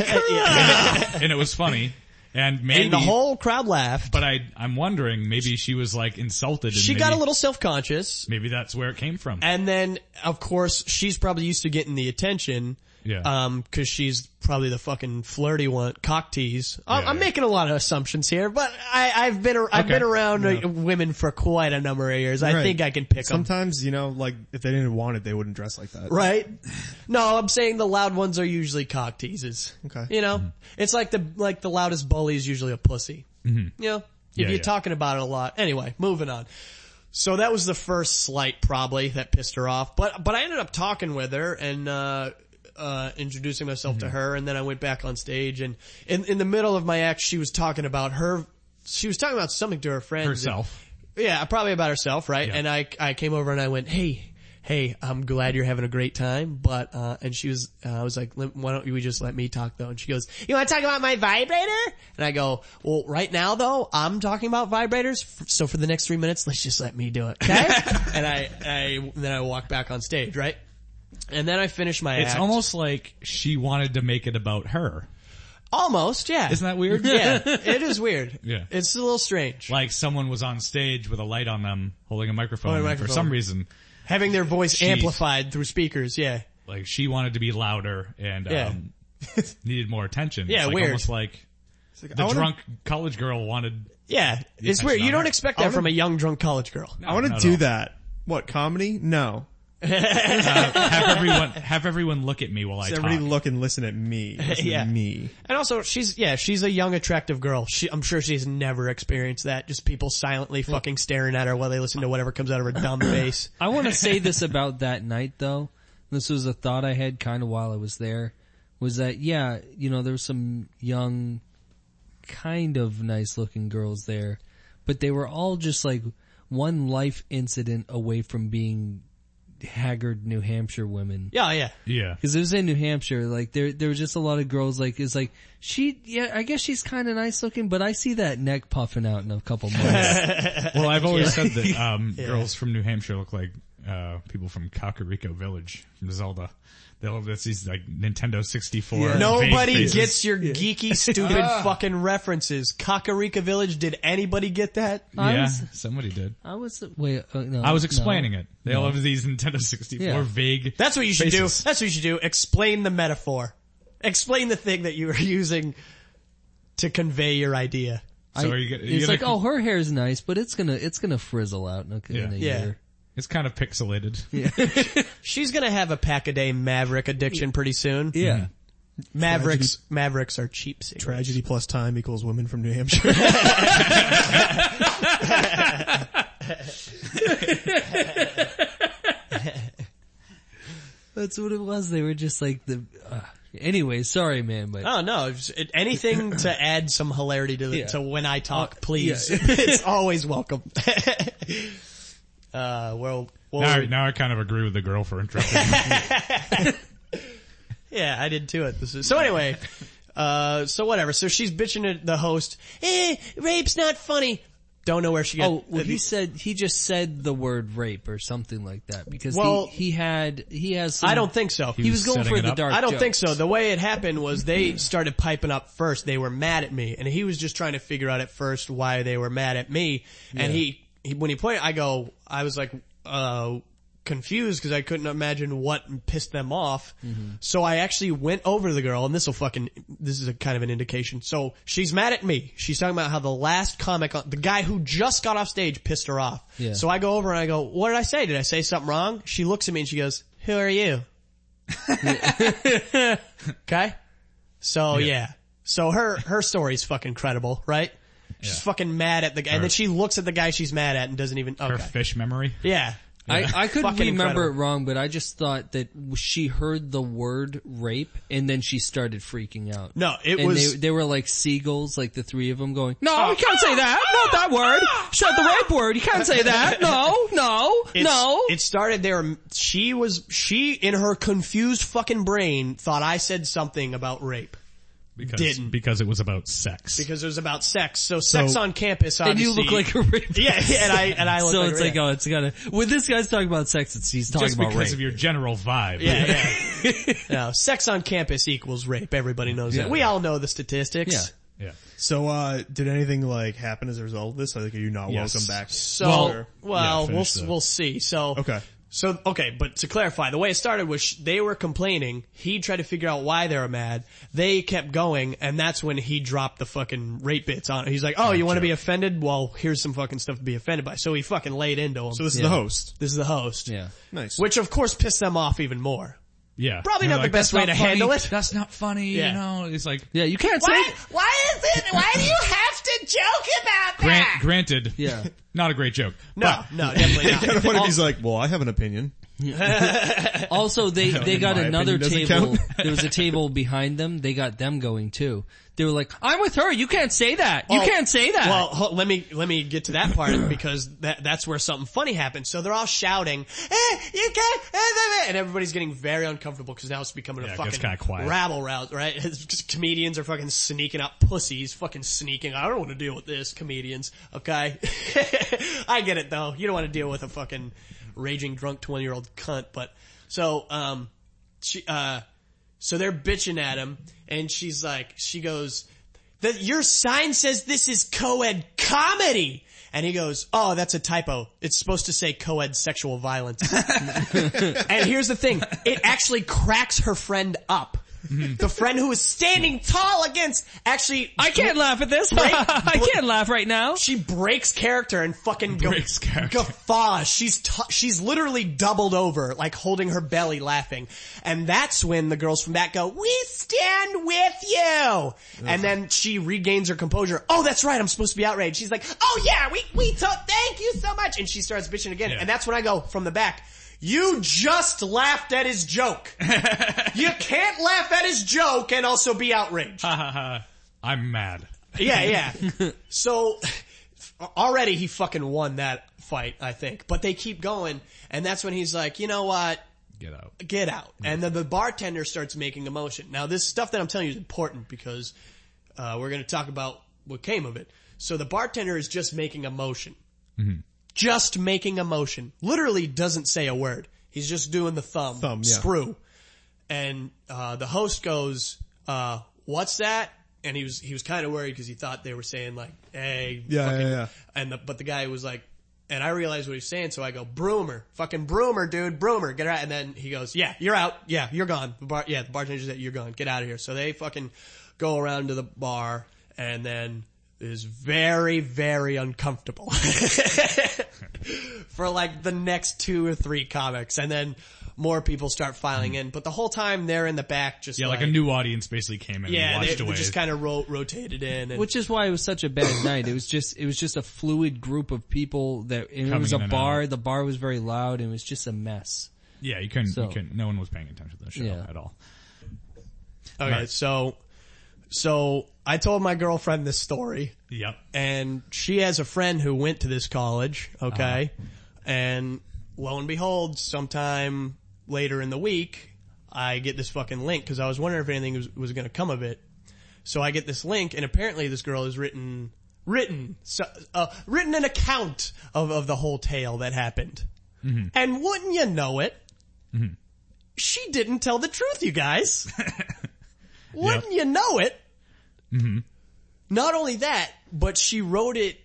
a
and it was funny, and maybe
and the whole crowd laughed.
But I, I'm wondering, maybe she was like insulted. And
She
maybe,
got a little self conscious.
Maybe that's where it came from.
And then, of course, she's probably used to getting the attention.
Yeah.
Um, cause she's probably the fucking flirty one, cock tease. I'm,
Yeah,
I'm
yeah.
making a lot of assumptions here, but I, I've been, ar- I've
Okay.
been around uh, women for quite a number of years. I
Right.
think I can pick them.
Sometimes, you know, like, if they didn't want it, they wouldn't dress like that.
Right? No, I'm saying the loud ones are usually cock teases.
Okay.
You
Mm-hmm.
know? It's like the, like the loudest bully is usually a pussy. Mm-hmm. You know? If
Yeah,
you're
yeah.
talking about it a lot. Anyway, moving on. So that was the first slight probably that pissed her off. But, but I ended up talking with her and, uh, uh, introducing myself
Mm-hmm.
to her and then I went back on stage and in, in the middle of my act she was talking about her, she was talking about something to her friends. and-
Herself.
yeah, probably about herself, right?
Yeah.
And I, I came over and I went, hey, hey, I'm glad you're having a great time, but, uh, and she was, uh, I was like, "Let- why don't you just let me talk though? And she goes, you want to talk about my vibrator? And I go, well, right now though, I'm talking about vibrators, f- so for the next three minutes, let's just let me do it, okay? and I, I, then I walk back on stage, right? And then I finish my
It's
act.
almost like she wanted to make it about her.
almost, yeah.
Isn't that weird?
yeah, it is weird.
Yeah.
It's a little strange.
Like someone was on stage with a light on them, holding a microphone,
Holding a
and for
microphone.
some reason,
Having their voice
Jeez.
amplified through speakers, yeah.
like she wanted to be louder and
Yeah.
um, needed more attention.
Yeah,
it's like
weird.
Almost like
It's like,
the
I wanna,
drunk college girl wanted.
Yeah, it's
that's
weird.
not
You don't
right.
expect that Oh, from a young drunk college girl.
I want
No,
to
no,
do
no.
that. What, comedy? No.
Have everyone, have everyone look at me while I
So
talk.
everybody look and listen at me. Listen
Yeah.
to me.
And also, she's yeah, she's a young, attractive girl. She, I'm sure she's never experienced that. Just people silently fucking staring at her while they listen to whatever comes out of her dumb face.
I want to say this about that night though. This was a thought I had kind of while I was there was that yeah, you know, there were some young kind of nice looking girls there, but they were all just like one life incident away from being haggard New Hampshire women.
Yeah, yeah.
yeah.
Cause it was in New Hampshire, like there, there were just a lot of girls like, it's like, she, yeah, I guess she's kinda nice looking, but I see that neck puffing out in a couple months.
Well, I've always said that um, girls from New Hampshire look like uh, people from Kakariko Village from Zelda. They love that's these like Nintendo 64. vague
Nobody
faces.
gets your geeky, stupid fucking references. Kakarika Village. Did anybody get that?
I
Yeah,
was,
somebody did.
I was, wait, uh, no.
I was explaining it. They all have these Nintendo 64
Yeah.
vague.
That's what you should
faces.
do. That's what you should do. Explain the metaphor. Explain the thing that you were using to convey your idea.
So are you gonna- you
it's
gonna
like, oh, her hair's nice, but it's gonna it's gonna frizzle out in a, in
Yeah.
a
Yeah.
year.
It's kind of pixelated.
She's gonna have a pack a day Maverick addiction pretty soon.
Yeah,
Mavericks, Mavericks are cheap cigarettes.
Tragedy plus time equals women from New Hampshire.
that's what it was. They were just like the. Uh, anyway, sorry, man, but
Oh no! If- it- anything to add some hilarity to the,
Yeah. Uh,
to when I talk, please.
yeah.
it's always welcome. uh, well, well
Now, now I kind of agree with the girl for interrupting.
yeah, I did too. It this is, so anyway. Uh, so whatever. So she's bitching at the host. Eh, rape's not funny. Don't know where she got.
oh, well, he said he just said the word rape or something like that because
Well-
he, he had he has. Some,
I don't think so.
he was going
Setting
for
it
the
up.
dark.
I don't think
jokes.
so. The way it happened was they started piping up first. They were mad at me and he was just trying to figure out at first why they were mad at me and he he, when he played, I go, I was like, uh, confused because I couldn't imagine what pissed them off.
Mm-hmm.
So I actually went over to the girl and this will fucking, this is a kind of an indication. So she's mad at me. She's talking about how the last comic, on, the guy who just got off stage pissed her off.
Yeah.
So I go over and I go, what did I say? Did I say something wrong? She looks at me and she goes, who are you? okay. So yeah. So her, her story's fucking credible, right? She's fucking mad at the guy and then she looks at the guy she's mad at and doesn't even, okay.
Her fish memory.
Yeah.
I, I could remember
Fucking
it
incredible.
wrong, but I just thought that she heard the word rape and then she started freaking out.
No, it
and
was- Ah.
they, they were like seagulls, like the three of them going, no, you can't say that, not that word, shut the rape word, you can't say that, no, no,
It's-
no.
It started there. She was, she in her confused fucking brain thought I said something about rape
Because,
Didn't.
because it was about sex.
because it was about sex. So sex on campus
and
obviously.
you look like a rapist.
Yeah, and I, and I look
so
like
it's
a
like,
rape.
oh, it's gotta, when this guy's talking about sex, it's, he's talking
Just
about
because
rape.
of your general vibe.
Yeah, yeah. no, sex on campus equals rape. Everybody knows
Yeah.
that. We all know the statistics.
yeah.
Yeah.
So, uh, did anything like happen as a result of this? Like, are you not
Yes.
welcome back?
So,
Well-
well,
Yeah,
we'll,
finish the-
we'll see. So,
Okay.
So, okay, but to clarify, the way it started was sh- they were complaining. He tried to figure out why they were mad. They kept going, and that's when he dropped the fucking rape bits on it. He's like, oh, you want to be offended? Well, here's some fucking stuff to be offended by. So he fucking laid into him.
So this is
Yeah.
the host.
this is the host.
Yeah.
Nice.
Which of course pissed them off even more.
Yeah.
Probably
You're
not the
like,
best
"That's
way
not
to
funny.
handle it."
That's not funny,
Yeah.
you know? It's like,
Yeah, you can't say
Why, why is it, why do you have to joke about
grant,
that?
granted,
Yeah.
not a great joke.
No, no, definitely not.
kind of funny if he's like, well, I have an opinion.
Also, they, they got
my
another
opinion doesn't
table.
count.
there was a table behind them. They got them going too. They were like, I'm with her. You can't say that. You
Well-
can't say that.
Well, ho- let me let me get to that part because that that's where something funny happens. So they're all shouting, eh, "You can't!" eh, eh, eh," and everybody's getting very uncomfortable because now it's becoming
Yeah,
a
it gets
fucking
kinda quiet.
rabble rouse, right? It's just comedians are fucking sneaking out, pussies, fucking sneaking. I don't want to deal with this, comedians. Okay, I get it though. You don't want to deal with a fucking raging drunk twenty year old cunt, but so um, she uh, so they're bitching at him, and she's like, she goes. The, your sign says this is co-ed comedy. And he goes, oh, that's a typo. It's supposed to say co-ed sexual violence. and here's the thing. It actually cracks her friend up. The friend who is standing tall against actually,
Mm-hmm. I can't laugh at this.
Right?
I can't laugh right now.
she breaks character and fucking ga-
Breaks character.
guffaws. She's t- she's literally doubled over, like holding her belly, laughing. And that's when the girls from that go, "We stand with you." And then she regains her composure. Oh, that's right. I'm supposed to be outraged. She's like, "Oh yeah, we we to- thank you so much." And she starts bitching again.
Yeah.
And that's when I go from the back. You just laughed at his joke. you can't laugh at his joke and also be outraged.
I'm mad.
Yeah, yeah. so already he fucking won that fight, I think. But they keep going, and that's when he's like, you know what?
Get out.
Get out. And then the bartender starts making a motion. Now this stuff that I'm telling you is important because uh, we're going to talk about what came of it. So the bartender is just making a motion.
Mm-hmm.
Just making a motion. Literally doesn't say a word. He's just doing the thumb.
Thumb, yeah.
Screw. And, uh, the host goes, uh, what's that? And he was, he was kind of worried because he thought they were saying like, hey,
Yeah,
fucking,
yeah, yeah.
and the, but the guy was like, and I realized what he's saying, so I go, Broomer, fucking Broomer, dude, Broomer, get her out. And then he goes, yeah, you're out. Yeah, you're gone. The bar, yeah, the bartender said, you're gone. Get out of here. So they fucking go around to the bar and then is very, very uncomfortable for like the next two or three comics. And then more people start filing in, but the whole time they're in the back just
Hmm. Yeah, like, a new audience basically came in
yeah,
and
they,
watched
they
away.
just kind of ro- rotated in. And,
Which is why it was such a bad night. It was just, it was just a fluid group of people that, and it
Coming
was a
in and
bar.
out.
The bar was very loud and it was just a mess.
yeah, you couldn't,
So-
you couldn't, no one was paying attention to the show
Yeah.
at all.
Okay,
Right.
so, so I told my girlfriend this story
Yep.
and she has a friend who went to this college, okay? And lo and behold, sometime later in the week, I get this fucking link because I was wondering if anything was, was going to come of it. So I get this link and apparently this girl has written, written, so, uh, written an account of, of the whole tale that happened. And wouldn't you know it? She didn't tell the truth, you guys. wouldn't you know it? Not only that, but she wrote it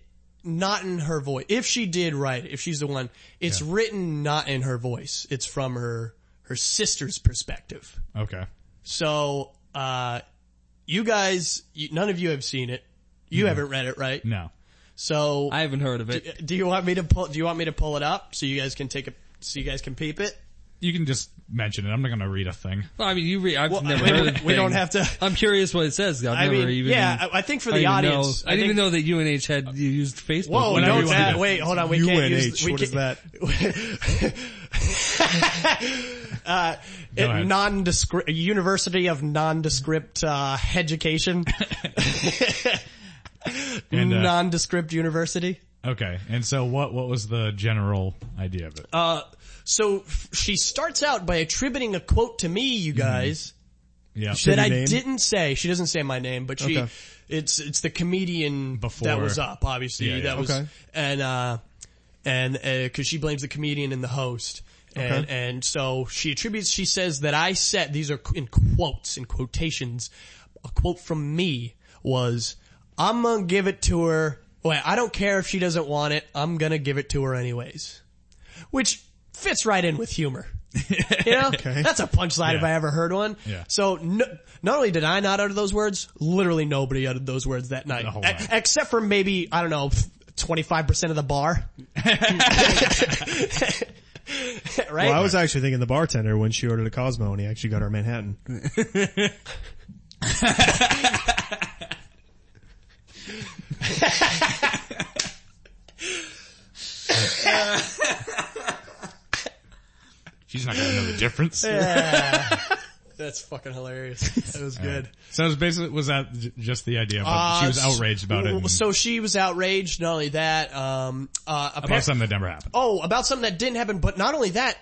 not in her voice. If she did write it, if she's the one, it's written not in her voice. It's from her, her sister's perspective.
Okay.
So, uh, you guys, you, none of you have seen it. You haven't read it, right?
No.
So,
I haven't heard of it.
do you want me to pull, do you want me to pull it up so you guys can take a, so you guys can peep it?
You can just mention it. I'm not going to read a thing.
Well, I mean, you read. I've
Well,
never
I mean,
heard of it.
we don't have to-
I'm curious what it says. I've
I
never
mean,
even.
yeah, I, I think for
I
the
didn't even
audience,
know- I, didn't even know that UNH had you used Facebook.
Whoa,
when I
no,
was-
that, wait, hold on, we can't use,
UNH.
we
What is
can't,
that?
uh,
Go ahead.
nondescript, University of Nondescript, uh, Education.
And, uh,
nondescript University.
Okay. And so what, what was the general idea of it?
Uh, so f- she starts out by attributing a quote to me,
Mm-hmm.
you guys,
yeah.
Did
that
he
I
name?
didn't say. She doesn't say my name, but she,
Okay.
it's, it's the comedian
Before.
that was up, obviously.
Yeah, yeah.
That was,
Okay.
and, uh, and, uh 'cause she blames the comedian and the host. And,
Okay.
and so she attributes, she says that I said, these are qu- in quotes, in quotations, a quote from me was, I'm gonna give it to her. Wait, I don't care if she doesn't want it. I'm gonna give it to her anyways which fits right in with humor. You know, that's a punchline if
Yeah.
I ever heard one.
Yeah.
So no, not only did I not utter those words, literally nobody uttered those words that night,
Oh,
E-
my.
except for maybe I don't know, twenty five percent of the bar. right?
Well, I was actually thinking the bartender when she ordered a Cosmo and he actually got her Manhattan.
She's not going to know the difference.
that's fucking hilarious. That was good.
So it was basically, was that j- just the idea? But
Uh,
she was outraged about it. and-
So she was outraged. Not only that, um, uh,
about
apparently,
something that never happened.
oh, about something that didn't happen, but not only that,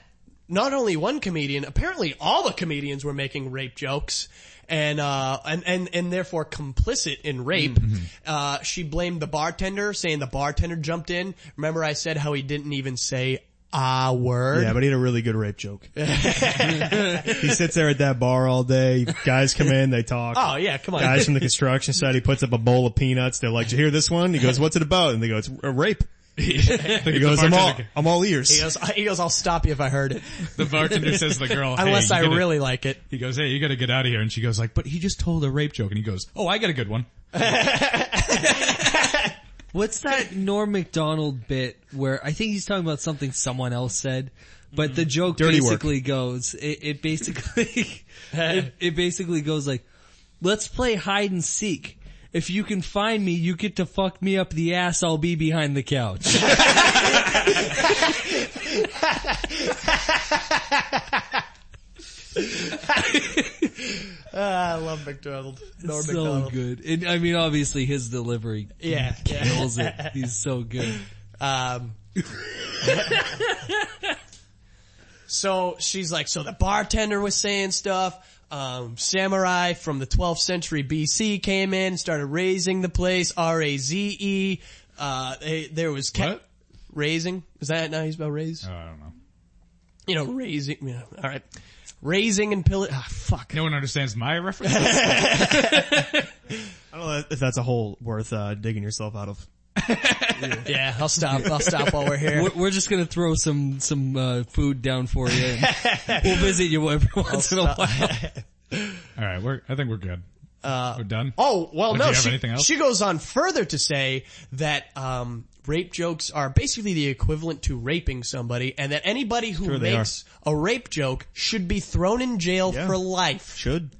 not only one comedian, apparently all the comedians were making rape jokes and, uh, and, and, and therefore complicit in rape. Uh, she blamed the bartender saying the bartender jumped in. Remember I said how he didn't even say a word?
Yeah, but he had a really good rape joke. he sits there at that bar all day. Guys come in, they talk.
Oh yeah, come on.
Guys from the construction site, he puts up a bowl of peanuts. They're like, "Did you hear this one? He goes, what's it about? And they go, it's a rape. He goes, I'm all,
bartender-
I'm all ears.
He goes, he goes, I'll stop you if I heard it.
The bartender says to the girl, hey,
Unless
you
I
gotta-
really like it.
He goes, hey, you gotta get out of here. And she goes like, but he just told a rape joke. And he goes, oh, I got a good one.
What's that Norm Macdonald bit where I think he's talking about something someone else said, but
Mm-hmm.
the joke
Dirty work.
basically goes, it, it basically, it, it basically goes like, let's play hide and seek. If you can find me, you get to fuck me up the ass, I'll be behind the couch.
Ah, I love McDonald. Norm
so
McDonald.
good. And I mean, obviously his delivery
Yeah. yeah.
kills it. He's so good.
Um, so she's like, so the bartender was saying stuff. Um, samurai from the 12th century BC came in, and started raising the place. R a z e. Uh, they- there was ca-
What?
raising. Is that not how you spell raise?
Oh, I don't know.
You know, raising. Yeah, all right, raising and pillar. Ah, fuck.
No one understands my reference.
I don't know if that's a hole worth uh, digging yourself out of.
Yeah, I'll stop. I'll stop while we're here.
We're, we're just gonna throw some, some, uh, food down for you. and we'll visit you every once in a while.
All right, we're, I think we're good. we're done.
Oh, well,
Did
no,
you have
she,
anything else?
she goes on further to say that, um, rape jokes are basically the equivalent to raping somebody and that anybody who
Sure they
makes a rape joke should be thrown in jail
Yeah.
for life.
Should.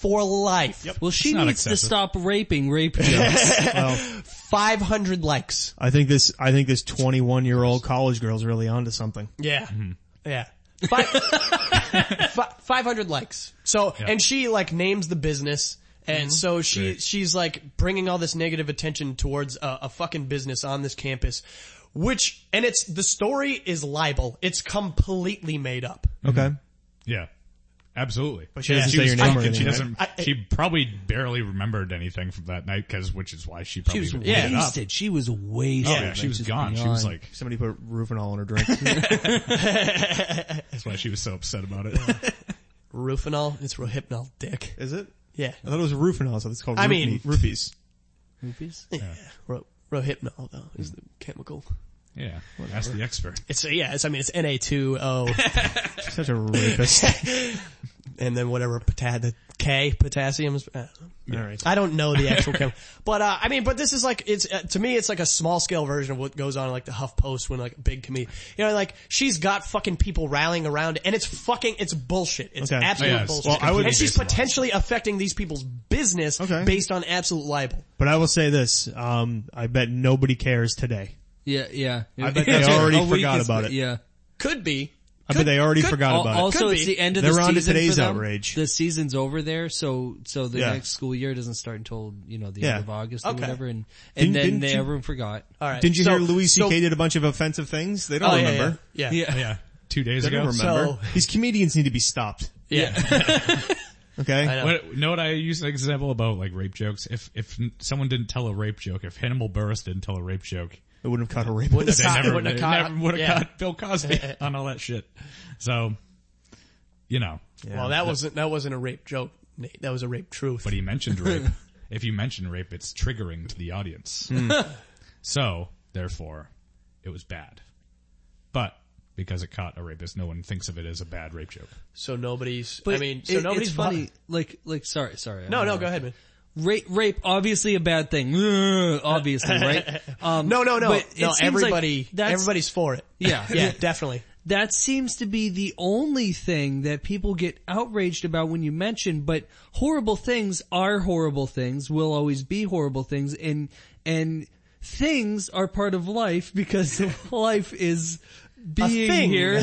For life.
Well, she
not
needs to
excessive.
stop raping rape jokes.
500 likes.
I think this, I think this 21 year old college girl's really onto something.
Yeah. Yeah. Five, fi- 500 likes. So, and she like names the business. And so she,
Great.
she's like bringing all this negative attention towards a, a fucking business on this campus, which, and it's, the story is libel. It's completely made up.
Okay.
Yeah. Absolutely. But
she doesn't say
was
your name or
drunk and she
anything,
doesn't,
right? I- I-
she probably barely remembered anything from that night cause, which is why she probably even made it up.
wasted. She was wasted.
Oh, yeah, she was gone. She was like,
Somebody put Rufinol on her drink.
that's why she was so upset about it.
Rufinol, it's Rohypnol, dick.
Is it?
Yeah.
I thought it was Rufinol, so it's called
I
I
mean-
mean, Rupees.
Ro- Rohypnol though is the chemical.
Yeah. Ask the expert.
It's yeah. It's I mean it's Na two O
Such a rapist.
and then whatever pota- the K potassium. is- I don't know.
All right.
I don't know the actual chem, but uh, I mean, but this is like it's uh, to me, it's like a small scale version of what goes on in, like the Huff Post when like a big comedian, you know, like she's got fucking people rallying around, and it's fucking it's bullshit. It's
Okay.
absolute
Oh, yeah, it's
bullshit.
Well, I would-
and she's
completely based
potentially affecting these people's business
Okay.
based on absolute libel.
But I will say this: um, I bet nobody cares today.
Yeah, yeah.
I bet they already
A week
forgot
is-
about it.
Yeah.
Could be.
I bet they already forgot
Al-
about it.
also,
Could
it's
be.
the end of
They're
the
on to
season
today's
for them.
outrage.
The season's over there, so so the
Yeah.
next school year doesn't start until you know the
Yeah.
end of August or
Okay.
whatever, and
Didn't-
and then
didn't
they
you-
everyone forgot.
All right.
Didn't you
So-
hear Louis
so-
C.K. did a bunch of offensive things? They don't
Oh, yeah,
remember.
Yeah. yeah.
Yeah,
Yeah. Two days
They
ago.
don't remember. These comedians need to be stopped.
Yeah.
Okay.
I know.
What, know what I use an example about like rape jokes? If if someone didn't tell a rape joke, if Hannibal Burris didn't tell a rape joke,
They wouldn't have caught a rape.
Wouldn't
they
have caught-
never
wouldn't
would
have
have
caught- yeah.
caught Bill Cosby on all that shit. So, you know,
Well, that wasn't that wasn't a rape joke. Nate. That was a rape truth.
but he mentioned rape. if you mention rape, it's triggering to the audience.
Hmm.
so, therefore, it was bad. But because it caught a rapist, no one thinks of it as a bad rape joke.
So nobody's.
but
I mean, so
it-
nobody's
it's funny. Like like sorry sorry. I
No, no,
interrupted.
go ahead, man.
Rape rape obviously a bad thing. Ugh, obviously, right? Um,
No, no, no,
But it
no.
seems like
Everybody,
that's-
everybody's for it.
Yeah.
yeah, definitely.
that seems to be the only thing that people get outraged about when you mention, but horrible things are horrible things, will always be horrible things, and, and things are part of life because life is being
thing.
here.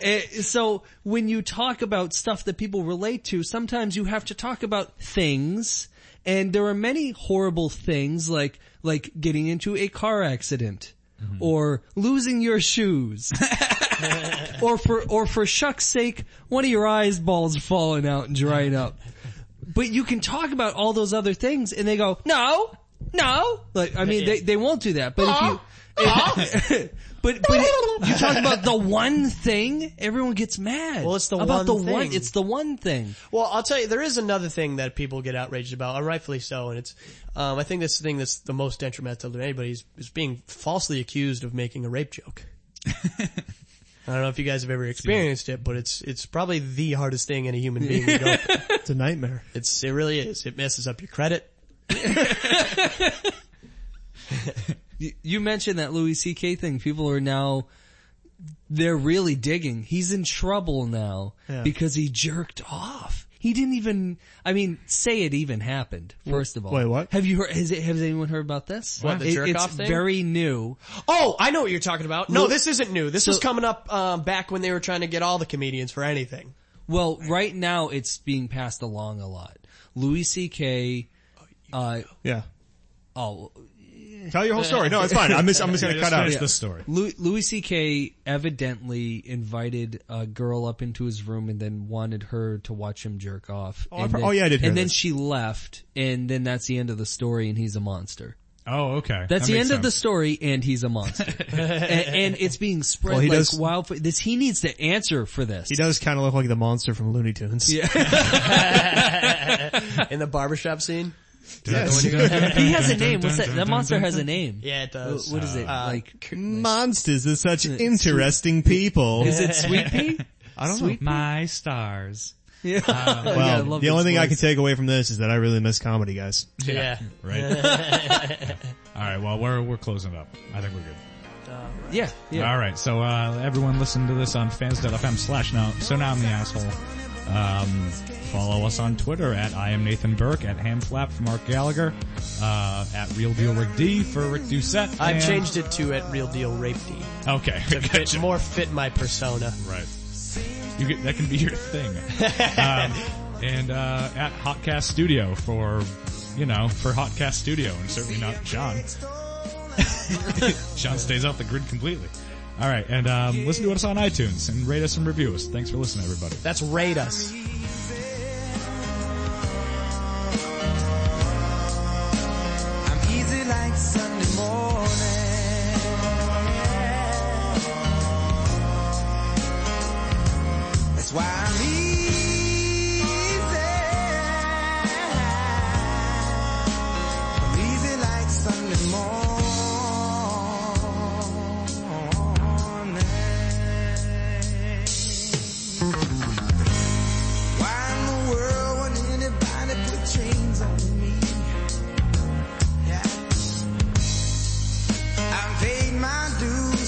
Eh, so when you talk about stuff that people relate to, sometimes you have to talk about things, and there are many horrible things like, like getting into a car accident. Or losing your shoes or for or for shuck's sake, one of your eyes balls falling out and drying up. But you can talk about all those other things, and they go, no, no. Like I mean, they they won't do that. But if you, if- but but you talk about the one thing, everyone gets mad.
Well, it's the one
about the
thing.
one. It's the one thing.
Well, I'll tell you, there is another thing that people get outraged about, and rightfully so. And it's, um, I think this thing that's the most detrimental to anybody is, is being falsely accused of making a rape joke. I don't know if you guys have ever experienced it, but it's it's probably the hardest thing any human being can go. through.
It's a nightmare.
It's it really is. It messes up your credit.
You, you mentioned that Louis C.K. thing. People are now. They're really digging. He's in trouble now
Yeah.
because he jerked off. He didn't even, I mean, say it even happened, first of all.
wait, what?
Have you heard, has, it- has anyone heard about this?
What, the
It-
jerk
it's
off thing?
very new.
Oh, I know what you're talking about. No,
Well,
this isn't new. This was coming up um, back when they were trying to get all the comedians for anything.
Well, right now it's being passed along a lot. Louis C.K., uh,
Yeah.
oh,
Tell your whole story. No, it's fine. I'm just, I'm just gonna cut out.
Finish this story.
Louis, Louis C.K. evidently invited a girl up into his room and then wanted her to watch him jerk off.
I
and
pro-
then-
oh, yeah, I did hear
And then
this.
she left, and then that's the end of the story, and he's a monster.
Oh, okay. That
That's the end
makes
of the
sense.
story, and he's a monster. and, and it's being spread
Well, he
like
does-
wildfire. This he needs to answer for this.
He does kind of look like the monster from Looney Tunes. Yeah.
In the barbershop scene?
He has a name. What's that? That monster has a name.
Yeah, it does.
What is it?
Uh,
like,
Monsters are such interesting people.
is it Sweet Pea?
I don't
Sweet
My stars.
Yeah.
know.
Yeah, I
Well,
love
the only
this
thing I
voice.
can take away from this is that I really miss comedy, guys.
Yeah.
Right. All right. Well, we're we're closing it up. I think we're good.
Yeah, yeah.
All right. So uh, everyone, listen to this on fans.fm slash now. So now I'm the asshole. Um, follow us on Twitter at I am Nathan Burke at Hamflap for Mark Gallagher uh, at Real Deal Rick D for Rick Doucette.
I've
and-
changed it to at Real Deal Rape D.
Okay.
To fit, more fit my persona.
Right. You get, that can be your thing. um, and uh, at Hotcast Studio for, you know, for Hotcast Studio, and certainly not John. John stays off the grid completely. All right, and um, listen to us on iTunes and rate us and review us. Thanks for listening, everybody.
That's rate us.
I'm easy like Sunday morning. That's why I'm easy. I'm easy like Sunday morning.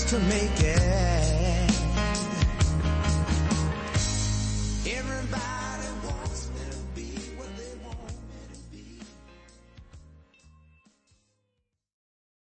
to make it.